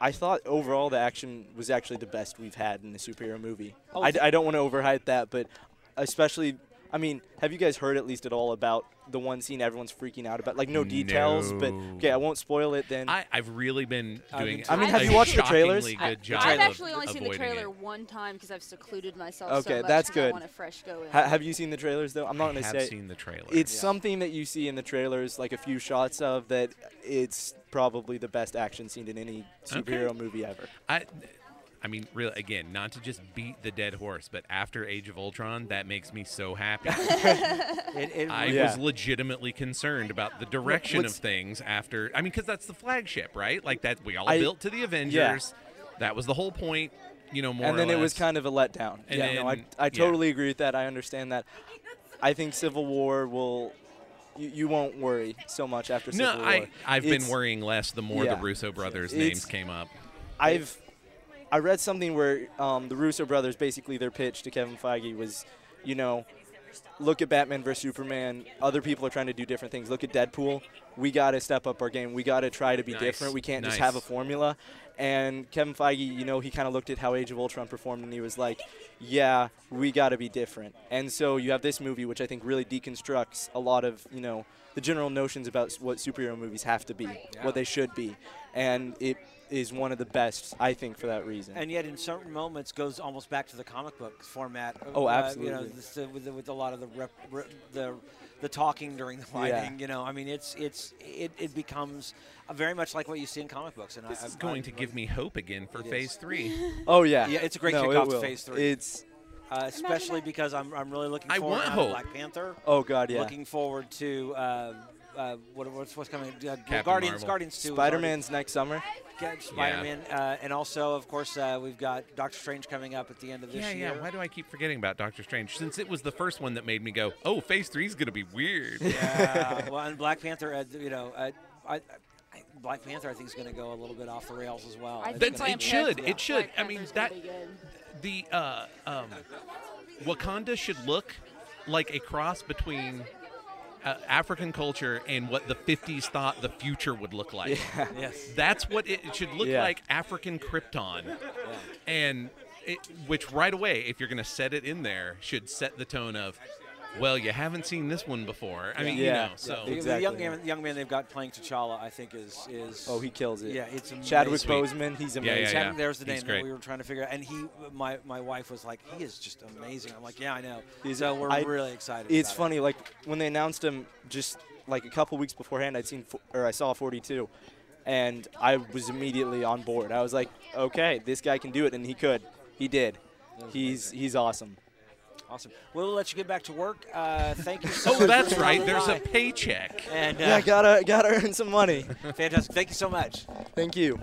S9: I thought overall the action was actually the best we've had in a superhero movie.
S1: Oh,
S9: I, d- I don't want to overhype that, but especially. I mean, have you guys heard at least at all about the one scene everyone's freaking out about? Like, no details, but
S2: No.
S9: okay, I won't spoil it then.
S2: I, I've really been
S1: I've
S2: doing.
S1: been- I
S9: mean,
S2: a
S9: have you watched the trailers?
S2: shockingly
S3: I-
S2: Good
S3: I've
S2: job
S3: trailer
S10: I've
S2: of
S10: actually only seen the
S2: avoiding it.
S10: trailer one time because I've secluded myself.
S9: Okay,
S10: so much
S9: that's
S10: and
S9: good.
S10: I want a fresh go. in.
S9: Ha- have you seen the trailers though? I'm not
S2: I
S9: gonna
S2: have
S9: say.
S2: seen the trailer.
S9: It's something that you see in the trailers, like a few shots of that. It's probably the best action scene in any superhero movie ever.
S2: I, I mean, really, again, not to just beat the dead horse, but after Age of Ultron, that makes me so happy.
S1: It, it
S2: I
S1: really-
S9: Yeah.
S2: was legitimately concerned about the direction
S9: What's-
S2: of things after. I mean, because that's the flagship, right? Like that we all
S9: I-
S2: built to the Avengers. That was the whole point, you know. More
S9: and
S2: or
S9: then it was
S2: less.
S9: kind of a letdown.
S2: And
S9: yeah, no, I,
S2: then-
S9: I
S2: yeah.
S9: totally agree with that. I understand that. I think Civil War will. You, you won't worry so much after
S2: No,
S9: Civil War.
S2: I I've
S9: It's-
S2: been worrying less the more
S9: yeah.
S2: the Russo brothers'
S9: It's-
S2: names came up.
S9: I've I read something where um, the Russo brothers basically their pitch to Kevin Feige was, you know, look at Batman versus Superman. Other people are trying to do different things. Look at Deadpool. We got to step up our game. We got to try to be
S2: Nice.
S9: different. We can't just
S2: Nice.
S9: have a formula. And Kevin Feige, you know, he kind of looked at how Age of Ultron performed and he was like, yeah, we got to be different. And so you have this movie, which I think really deconstructs a lot of, you know, the general notions about s- what superhero movies have to be, what they should be. And it is one of the best, I think, for that reason.
S1: and yet, in certain moments, goes almost back to the comic book format.
S9: Oh,
S1: Uh, you know,
S9: absolutely.
S1: this, uh, with, with a lot of the rep, rep, the the talking during the fighting. You know, I mean, it's it's it, it becomes uh, very much like what you see in comic books. And
S2: This
S1: I,
S2: is
S1: I-
S2: going
S1: I-
S2: to give me hope again for
S1: It is.
S2: Phase Three.
S9: oh, yeah.
S1: Yeah, it's a great
S9: no,
S1: kickoff
S9: it
S1: to
S9: will.
S1: phase three.
S9: It's
S1: uh, especially because I'm, I'm really looking
S2: I
S1: forward
S2: want
S1: now to
S2: hope.
S1: Black Panther.
S9: Oh, God, yeah.
S1: Looking forward to uh, uh, what, what's what's coming? Uh,
S9: Captain
S1: Guardians,
S9: Marvel.
S1: Guardians two. is already-
S9: Spider-Man's next summer.
S1: Yeah, Spider-Man, uh, and also of course uh, we've got Doctor Strange coming up at the end of this
S2: Yeah,
S1: year.
S2: yeah. Why do I keep forgetting about Doctor Strange? Since it was the first one that made me go, "Oh, Phase Three's gonna be weird."
S1: Yeah, well, and Black Panther, uh, you know, uh, I, I, Black Panther, I think is going to go a little bit off the rails as well. It's
S2: That's,
S1: gonna
S2: it
S1: be-
S2: should.
S1: yeah.
S2: It should. I mean, that the uh, um, Wakanda should look like a cross between uh, African culture and what the 50s thought the future would look like.
S9: Yeah.
S1: Yes.
S2: That's what it, it should look
S9: Yeah.
S2: like African Krypton. And it, which right away, if you're going to set it in there, should set the tone of, well, you haven't seen this one before. I mean, you know, so.
S1: The- the young man, young man they've got playing T'Challa, I think is is.
S9: Oh, he kills it.
S1: Yeah, it's amazing.
S9: Chadwick Sweet. Boseman, he's Yeah, yeah, amazing. yeah.
S1: Chad- There's the
S9: He's
S1: name
S9: great.
S1: that we were trying to figure out, and he, my my wife was like, he is just amazing. I'm like, yeah, I know.
S9: He's-
S1: so we're
S9: I-
S1: really excited.
S9: It's
S1: about it.
S9: funny, like when they announced him, just like a couple weeks beforehand, I'd seen fo- or I saw 42, and I was immediately on board. I was like, okay, this guy can do it, and he could. He did. He's he's awesome.
S1: Awesome. We'll let you get back to work. Uh, thank you. so
S2: Oh,
S1: much
S2: that's
S1: for
S2: right.
S1: stopping
S2: There's a
S1: by.
S2: paycheck.
S1: And uh,
S9: yeah, gotta gotta earn some money.
S1: Fantastic. Thank you so much.
S9: Thank you.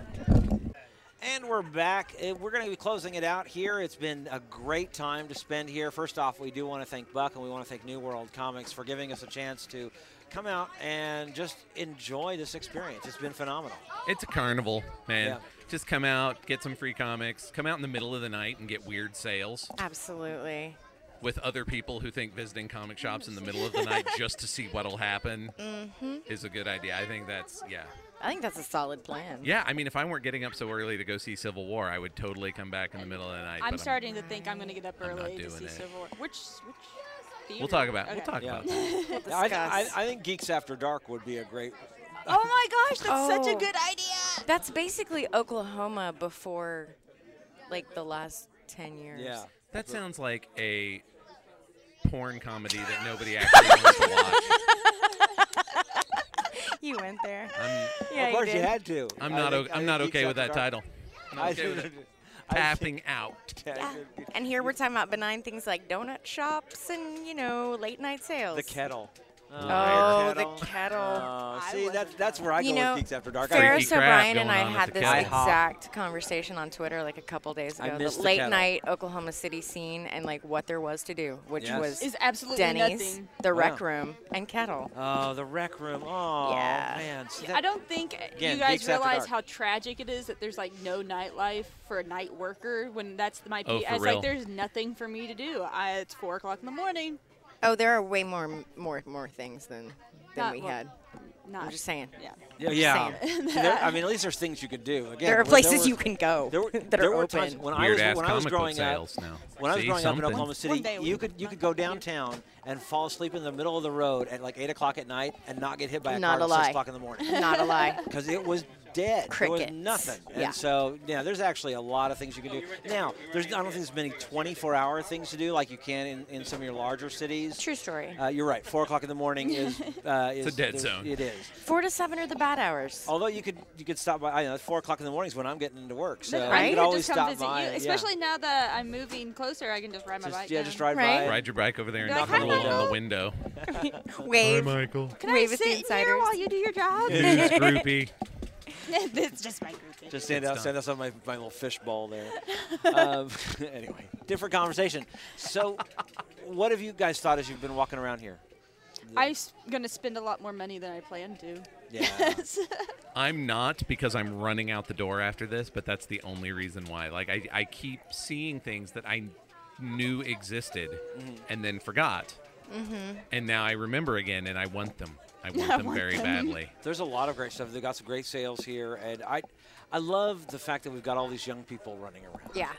S1: And we're back. Uh, We're going to be closing it out here. It's been a great time to spend here. First off, we do want to thank Buck and we want to thank New World Comics for giving us a chance to come out and just enjoy this experience. It's been phenomenal.
S2: It's a carnival, man.
S1: Yeah.
S2: Just come out, get some free comics, come out in the middle of the night and get weird sales
S4: Absolutely.
S2: with other people who think visiting comic shops in the middle of the night just to see what'll happen
S4: Mhm.
S2: is a good idea. I think that's, yeah.
S4: I think that's a solid plan.
S2: Yeah, I mean, if I weren't getting up so early to go see Civil War, I would totally come back in the middle of the night. but
S10: I'm starting to think I'm going to get up
S2: not
S10: early to
S2: doing
S10: see
S2: it.
S10: Civil War. Which, which theme?
S2: We'll talk about- we'll
S10: Okay.
S2: talk about
S1: Yeah, I, I, I think Geeks After Dark would be a great.
S10: Oh my gosh, that's such a
S4: Oh.
S10: good idea.
S4: That's basically Oklahoma before, like, the last 10 years.
S2: That sounds like a porn comedy that nobody actually wants to watch.
S4: you went there.
S2: I'm-
S4: yeah,
S1: of course, you,
S4: did.
S1: had to.
S2: I'm
S1: I
S2: not
S1: think- I
S2: o- I'm
S1: think
S2: not
S1: Geeks
S2: okay with
S1: After
S2: that
S1: Dark-
S2: title. I'm
S1: I
S2: okay
S1: do-
S2: with it.
S1: I think-
S2: Tapping out.
S1: Yeah,
S4: And here we're talking about benign things like donut shops and, you know, late night sales.
S1: The kettle.
S4: Oh, the kettle.
S1: Oh, Uh, see, that's that's where I
S4: you
S1: go
S4: know,
S1: with Geeks After Dark. I
S4: Ferris
S1: think-
S4: O'Brien and I had this exact conversation on Twitter like a couple days
S1: I
S4: ago.
S1: missed the
S4: late
S1: kettle.
S4: night Oklahoma City scene and like what there was to do, which
S1: Yes.
S4: was
S10: Is absolutely
S4: Denny's,
S10: nothing.
S4: the rec
S1: Wow.
S4: room, and kettle.
S1: Oh, the rec room. Oh,
S4: Yeah.
S1: man. See,
S10: I don't think
S1: Again,
S10: you guys
S1: Geeks After
S10: realize
S1: Dark.
S10: how tragic it is that there's like no nightlife for a night worker when that's my
S2: Oh,
S10: pe-
S2: for
S10: it's
S2: real.
S10: like there's nothing for me to do. I, it's four o'clock in the morning.
S4: Oh, there are way more m- more more things than than
S10: Not
S4: we
S10: well,
S4: had.
S10: Not
S4: I'm just saying.
S10: Yeah.
S1: Yeah,
S4: Just
S1: yeah.
S4: saying.
S1: There- I mean, at least there's things you could do. Again,
S4: There are
S1: when
S4: places
S1: were-
S4: you can go
S1: There were,
S4: that
S1: there
S4: are
S1: were
S4: open.
S1: times when I was
S2: Weird-ass
S1: when I was
S2: comic book
S1: growing up.
S2: sales now.
S1: When I was
S2: See,
S1: growing up in
S2: something.
S1: Oklahoma City,
S10: day we'll
S1: you could you could go downtown and fall asleep in the middle of the road at like eight o'clock at night and not get hit by a
S4: Not
S1: car
S4: a
S1: at six
S4: lie.
S1: o'clock in the morning.
S4: Not a lie.
S1: because it was dead. There was
S4: Crickets.
S1: nothing.
S4: Yeah.
S1: And so, yeah, there's actually a lot of things you can do. Now, there's I don't think there's many 24-hour things to do like you can in, in some of your larger cities.
S4: True story.
S1: Uh, you're right. Four o'clock in the morning is, uh, is
S2: a dead
S1: there's-
S2: zone.
S1: It is.
S4: Four to seven are the bad hours.
S1: Although you could you could stop by. I know it's four o'clock in the mornings when I'm getting into work, so
S10: Then
S1: you
S10: I
S1: could
S10: could
S1: always
S10: just come
S1: stop
S10: visit
S1: by.
S10: you,
S1: yeah.
S10: especially now that I'm moving closer. I can just ride my
S1: Just-
S10: bike.
S1: yeah,
S10: down.
S1: just ride by.
S4: Right.
S1: it.
S2: Ride your bike over there
S10: You're
S2: and
S10: like,
S2: roll
S10: "Hi,
S2: on the
S10: Michael."
S2: window.
S4: Wave.
S2: Michael.
S10: Can
S4: Wave
S10: I
S4: at the
S10: sit here
S4: insiders.
S10: while you do your job?
S2: Who's groupie?
S10: it's just my groupie.
S1: Just stand out,
S2: done.
S1: stand outside my, my little fish bowl there. um, anyway, different conversation. So, what have you guys thought as you've been walking around here?
S10: I'm going to spend a lot more money than I planned to.
S1: Yeah.
S2: I'm not because I'm running out the door after this, but that's the only reason why. Like I, I keep seeing things that I knew existed and then forgot. And now I remember again and I want them. I want them
S10: want
S2: very
S10: them.
S2: badly.
S1: There's a lot of great stuff. They've got some great sales here, and I, I love the fact that we've got all these young people running around.
S4: Yeah.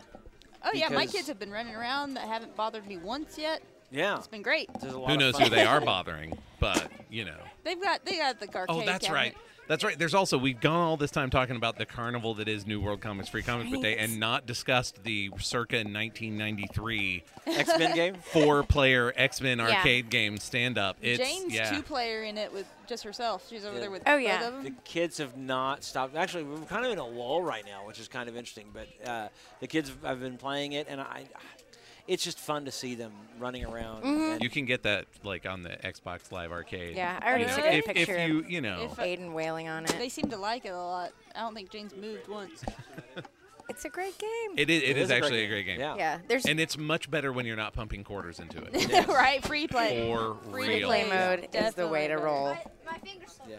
S10: Oh, yeah, my
S1: Because-
S10: kids have been running around that haven't bothered me once yet.
S1: Yeah.
S10: It's been great.
S1: There's a lot
S2: Who
S1: of
S2: knows
S1: fun.
S2: who they are bothering, but you know.
S10: They've got they got the arcade.
S2: Oh, that's
S10: cabinet.
S2: right. That's right. There's also we've gone all this time talking about the carnival that is New World Comics Free Comic Book Day
S4: Right.
S2: and not discussed the circa 1993
S1: X-Men game.
S2: four-player X-Men
S4: Yeah.
S2: arcade game stand-up. It's
S10: Jane's
S2: yeah.
S10: two player in it with just herself. She's over
S1: Yeah.
S10: there with
S4: Oh,
S10: both
S4: yeah.
S10: of
S1: The
S10: them.
S1: kids have not stopped. Actually, we're kind of in a lull right now, which is kind of interesting. But uh, the kids have been playing it, and I, it's just fun to see them running around.
S4: Mhm.
S1: and-
S2: You can get that like on the Xbox Live Arcade.
S4: Yeah, I already
S2: you know,
S4: took a
S2: if,
S4: picture.
S2: If you, you know,
S4: If Aiden wailing on
S3: They
S4: it.
S3: seem to like it a lot. I don't think Jane's moved once.
S4: It's a great game.
S2: it is, it is,
S1: a great
S2: actually
S1: game.
S2: a great game.
S1: Yeah.
S4: Yeah, there's-
S2: and it's much better when you're not pumping quarters into it.
S3: right? Free play.
S2: For
S3: Free
S2: real.
S4: Play
S3: is
S4: mode is the
S3: definitely
S4: way to
S3: better.
S4: roll.
S1: Yeah.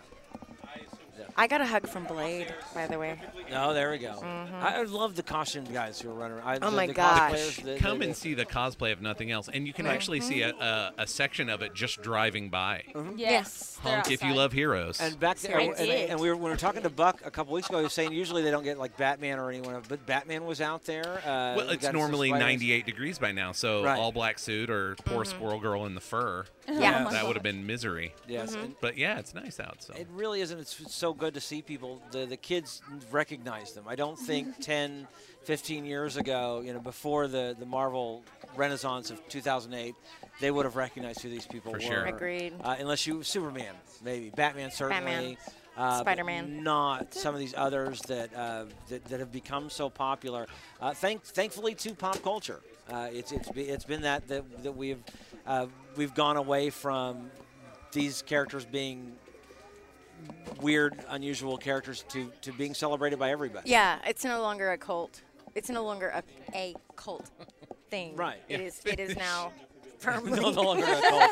S4: I got a hug from Blade, by the way.
S1: No, there we go. I I love the costume guys who are running. around. I,
S4: Mm-hmm. Oh
S1: the,
S4: my
S1: the
S4: gosh.
S1: cosplayers, the- the-
S2: Come
S1: the-
S2: and see the cosplay of nothing else, and you can actually see a, a, a section of it just driving by.
S3: Yes. they're
S2: Honk if you
S3: outside.
S2: love heroes.
S1: Mm-hmm. And back there,
S3: I
S1: and,
S3: did.
S1: and we were, when we were talking to Buck a couple weeks ago, he was saying usually they don't get like Batman or anyone, but Batman was out there. Uh,
S2: well,
S1: we got
S2: it's
S1: some
S2: normally
S1: spiders.
S2: 98 degrees by now, so
S1: Right.
S2: all black suit or poor
S4: Mm-hmm.
S2: squirrel girl in the fur.
S4: Yeah.
S2: That would have been misery.
S1: Yes,
S4: Mm-hmm.
S1: and
S2: But yeah, it's nice out. So
S1: it really isn't. It's it's so good to see people. The the kids recognize them. I don't think 10, 15 years ago, you know, before the the Marvel renaissance of 2008, they would have recognized who these people
S2: For
S1: were.
S2: sure.
S4: Agreed.
S1: Uh, unless you Superman, maybe Batman certainly. Uh, but
S4: Spider-Man.
S1: Not some of these others that uh, that, that have become so popular. Uh, thank, thankfully to pop culture, uh, it's it's be, it's been that that, that we've uh, we've gone away from these characters being weird, unusual characters to, to being celebrated by everybody.
S4: Yeah, it's no longer a cult. It's no longer a, a cult thing.
S1: Right.
S4: It
S1: Yeah.
S4: is. It is now.
S1: no, no longer a cult.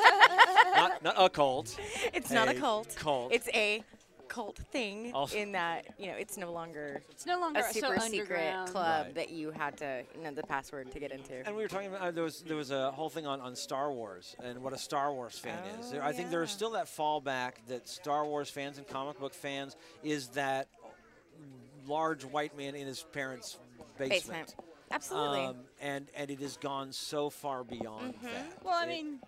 S1: not, not a cult.
S4: It's not a
S1: A
S4: cult.
S1: cult.
S4: It's a cult thing.
S1: Also-
S4: In that you know, it's no longer
S3: It's no longer
S4: a super
S3: so
S4: secret
S3: underground.
S4: club
S1: Right.
S4: that you had to you know the password to get into.
S1: And we were talking about uh, there was there was a whole thing on, on Star Wars and what a Star Wars fan is. There, I think
S3: Oh,
S1: there is still that fallback that Star Wars fans and comic book fans is that large white man in his parents' basement.
S4: Basement. Absolutely.
S1: Um, and and it has gone so far beyond that.
S3: Mm-hmm. Well, I
S1: It-
S3: mean,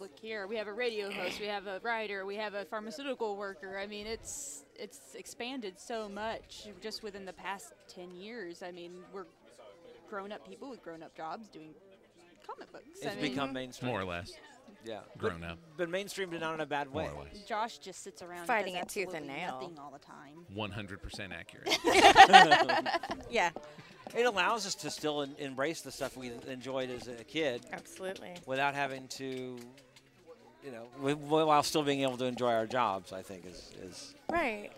S3: look here. We have a radio host. We have a writer. We have a pharmaceutical worker. I mean, it's it's expanded so much just within the past ten years. I mean, we're grown up people with grown up jobs doing comic books.
S1: it's
S3: I mean,
S1: become mainstream.
S2: more or less
S1: yeah,
S2: grown up.
S1: but, but mainstream, but not in a bad way.
S2: More or less.
S3: Josh just sits around and
S4: Fighting
S3: does
S4: it tooth and
S3: absolutely
S4: nail.
S3: nothing all the time.
S2: 100% accurate.
S4: yeah.
S1: It allows us to still en- embrace the stuff we enjoyed as a kid
S4: Absolutely.
S1: without having to. You know, wi- while still being able to enjoy our jobs, I think is, is
S4: Right.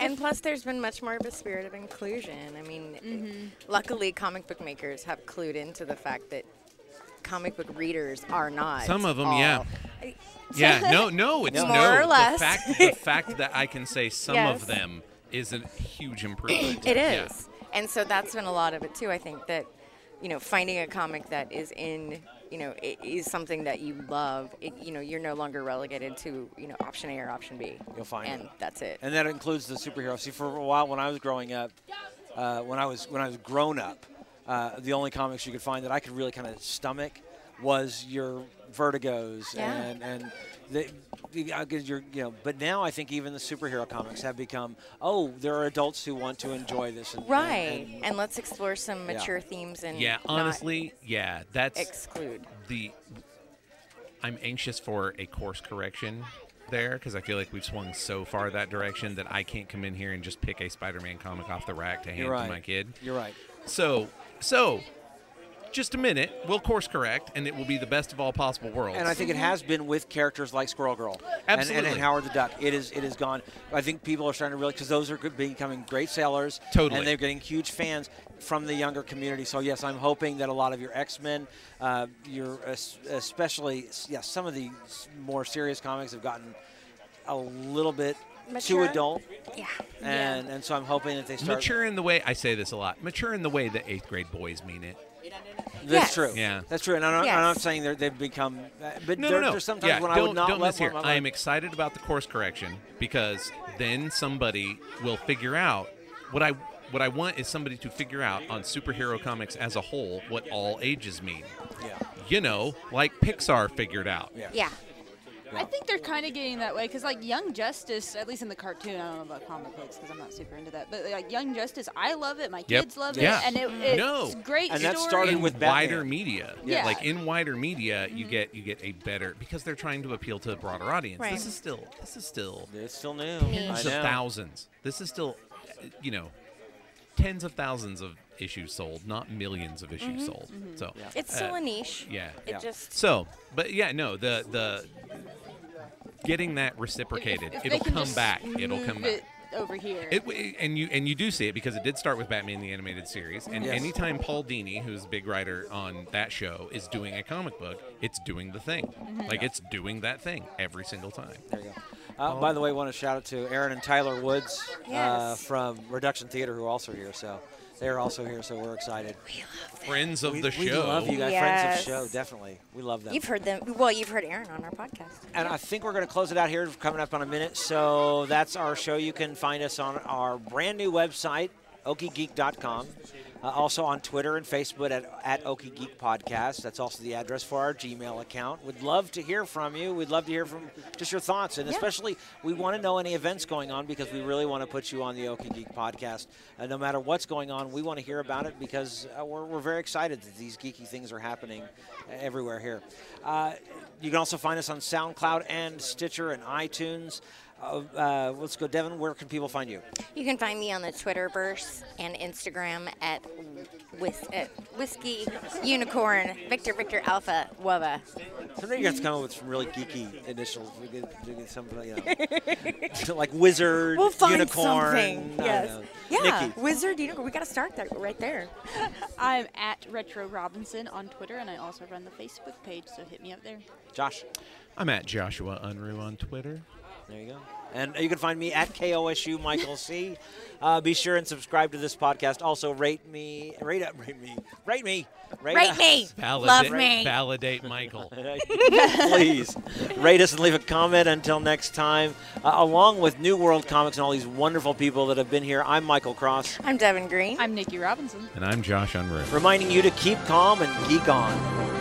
S4: And plus, there's been much more of a spirit of inclusion. I mean,
S3: Mm-hmm.
S4: luckily, comic book makers have clued into the fact that comic book readers are not.
S2: Some of 'em,
S4: all-
S2: yeah. yeah, no, no, it's no.
S4: More or less.
S2: The fact, the fact that I can say some
S4: Yes.
S2: of them is a huge improvement.
S4: It
S2: Yeah.
S4: is. And so that's been a lot of it, too. I think that, you know, finding a comic that is in, you know, i- is something that you love. It, you know, you're no longer relegated to, you know, option A or option B.
S1: You'll find
S4: And
S1: it.
S4: that's it.
S1: and that includes the superhero. See, for a while when I was growing up, uh, when I was when I was grown up, uh, the only comics you could find that I could really kind of stomach was your Vertigos
S4: Yeah.
S1: and and the, the, uh, 'cause your you know. But now I think even the superhero comics have become oh there are adults who want to enjoy this and, and-
S4: right.
S1: and
S4: And, let's explore some
S1: Yeah.
S4: mature themes and
S2: Yeah,
S4: not
S2: honestly, yeah, that's
S4: exclude.
S2: the. I'm anxious for a course correction there because I feel like we've swung so far that direction that I can't come in here and just pick a Spider-Man comic off the rack to hand
S1: You're right.
S2: to my kid.
S1: You're right.
S2: So, so, just a minute. We'll course correct, and it will be the best of all possible worlds.
S1: And I think it has been with characters like Squirrel Girl and- and, and
S2: Absolutely.
S1: Howard the Duck. It is it is gone. I think people are starting to realize because those are good- becoming great sellers.
S2: Totally.
S1: And they're getting huge fans from the younger community. So yes, I'm hoping that a lot of your X-Men, uh, your es- especially yes, some of the s- more serious comics have gotten a little bit
S4: Mature?
S1: too adult.
S4: Yeah.
S1: And and so I'm hoping that they start.
S2: mature in the way I say this a lot. Mature in the way that eighth grade boys mean it.
S1: That's
S4: Yes.
S1: true.
S2: Yeah.
S1: That's true. And I'm not, I'm not
S4: Yes.
S1: saying they're- they've become. uh, But
S2: No,
S1: there,
S2: no, no.
S1: there's sometimes
S2: yeah,
S1: when
S2: don't,
S1: I would not
S2: don't
S1: let
S2: mishear.
S1: one of my-
S2: I am excited about the course correction because then somebody will figure out what I what I want is somebody to figure out on superhero comics as a whole what all ages mean.
S1: Yeah.
S2: You know, like Pixar figured out.
S1: Yeah.
S4: Yeah.
S3: I think they're kind of getting that way because, like, Young Justice, at least in the cartoon, I don't know about comic books because I'm not super into that, but like Young Justice, I love it. My
S2: Yep.
S3: kids love
S2: Yeah.
S3: it, and it, it's
S2: No.
S3: great
S1: And
S3: story.
S1: that started
S2: in
S1: with Batman.
S2: wider media.
S3: Yeah.
S2: Like in wider media, you get you get a better because they're trying to appeal to a broader audience.
S4: Right.
S2: This is still this is still
S1: It's still new. I
S2: tens of
S1: know.
S2: thousands. This is still, uh, you know, tens of thousands of issues sold, not millions of issues
S3: Mm-hmm.
S6: Mhm.
S2: sold.
S6: Mhm.
S2: So uh,
S6: Yeah. It's still a niche.
S2: Yeah.
S6: It Yeah. just-
S2: so, but yeah, no, the the getting that reciprocated,
S3: If
S2: it'll
S3: they can
S2: come
S3: just
S2: back. It'll
S3: move
S2: come back.
S3: it over here.
S2: It, w- and you and you do see it because it did start with Batman the animated series, and
S3: Yes.
S2: anytime Paul Dini, who's a big writer on that show, is doing a comic book, it's doing the thing,
S3: Mm-hmm.
S1: Mhm.
S2: like
S1: Yeah.
S2: it's doing that thing every single time.
S1: There you go. Uh, By the way, want to shout out to Aaron and Tyler Woods uh,
S2: Yes.
S1: from Reduction Theater, who are also here. So they're also here. So we're excited. We love
S2: friends of the
S1: We
S2: show.
S1: love you guys.
S4: Yes.
S1: Friends of the show, definitely. We love them.
S4: You've heard them. Well, you've heard Aaron on our podcast.
S1: And I think we're going to close it out here, coming up on a minute. So that's our show. You can find us on our brand new website, okiegeek.com. Uh, also on Twitter and Facebook at, at Okie Geek Podcast. That's also the address for our Gmail account. We'd love to hear from you. We'd love to hear from just your thoughts. And
S11: Yeah.
S1: especially, we want to know any events going on because we really want to put you on the Okie Geek Podcast. Uh, no matter what's going on, we want to hear about it because uh, we're, we're very excited that these geeky things are happening uh, everywhere here. Uh, you can also find us on SoundCloud and Stitcher and iTunes. Uh, uh, let's go, Devin. Where can people find you?
S4: You can find me on the Twitterverse and Instagram at whis- uh, whiskey unicorn Victor Victor Alpha Wubba.
S1: Sometimes you guys come up with some really geeky initials. We get, we get something, you know, like wizard,
S4: We'll find
S1: unicorn.
S4: something.
S1: I don't
S4: Yes.
S1: know.
S4: Yeah,
S1: Nikki.
S4: wizard unicorn. We got to start there, right there.
S3: I'm at Retro Robinson on Twitter, and I also run the Facebook page, so hit me up there.
S1: Josh.
S2: I'm at Joshua Unruh on Twitter.
S1: There you go. And uh, you can find me at KOSU Michael C. Uh, be sure and subscribe to this podcast. Also, rate me, rate up, rate me, rate me,
S4: Rate
S1: us.
S4: me.
S2: Validate, Validate Michael.
S1: please rate us and leave a comment until next time uh, along with new world comics and all these wonderful people that have been here i'm michael cross
S4: I'm Devin Green.
S3: I'm Nikki Robinson.
S2: And I'm Josh Unruh.
S1: reminding you to keep calm and geek on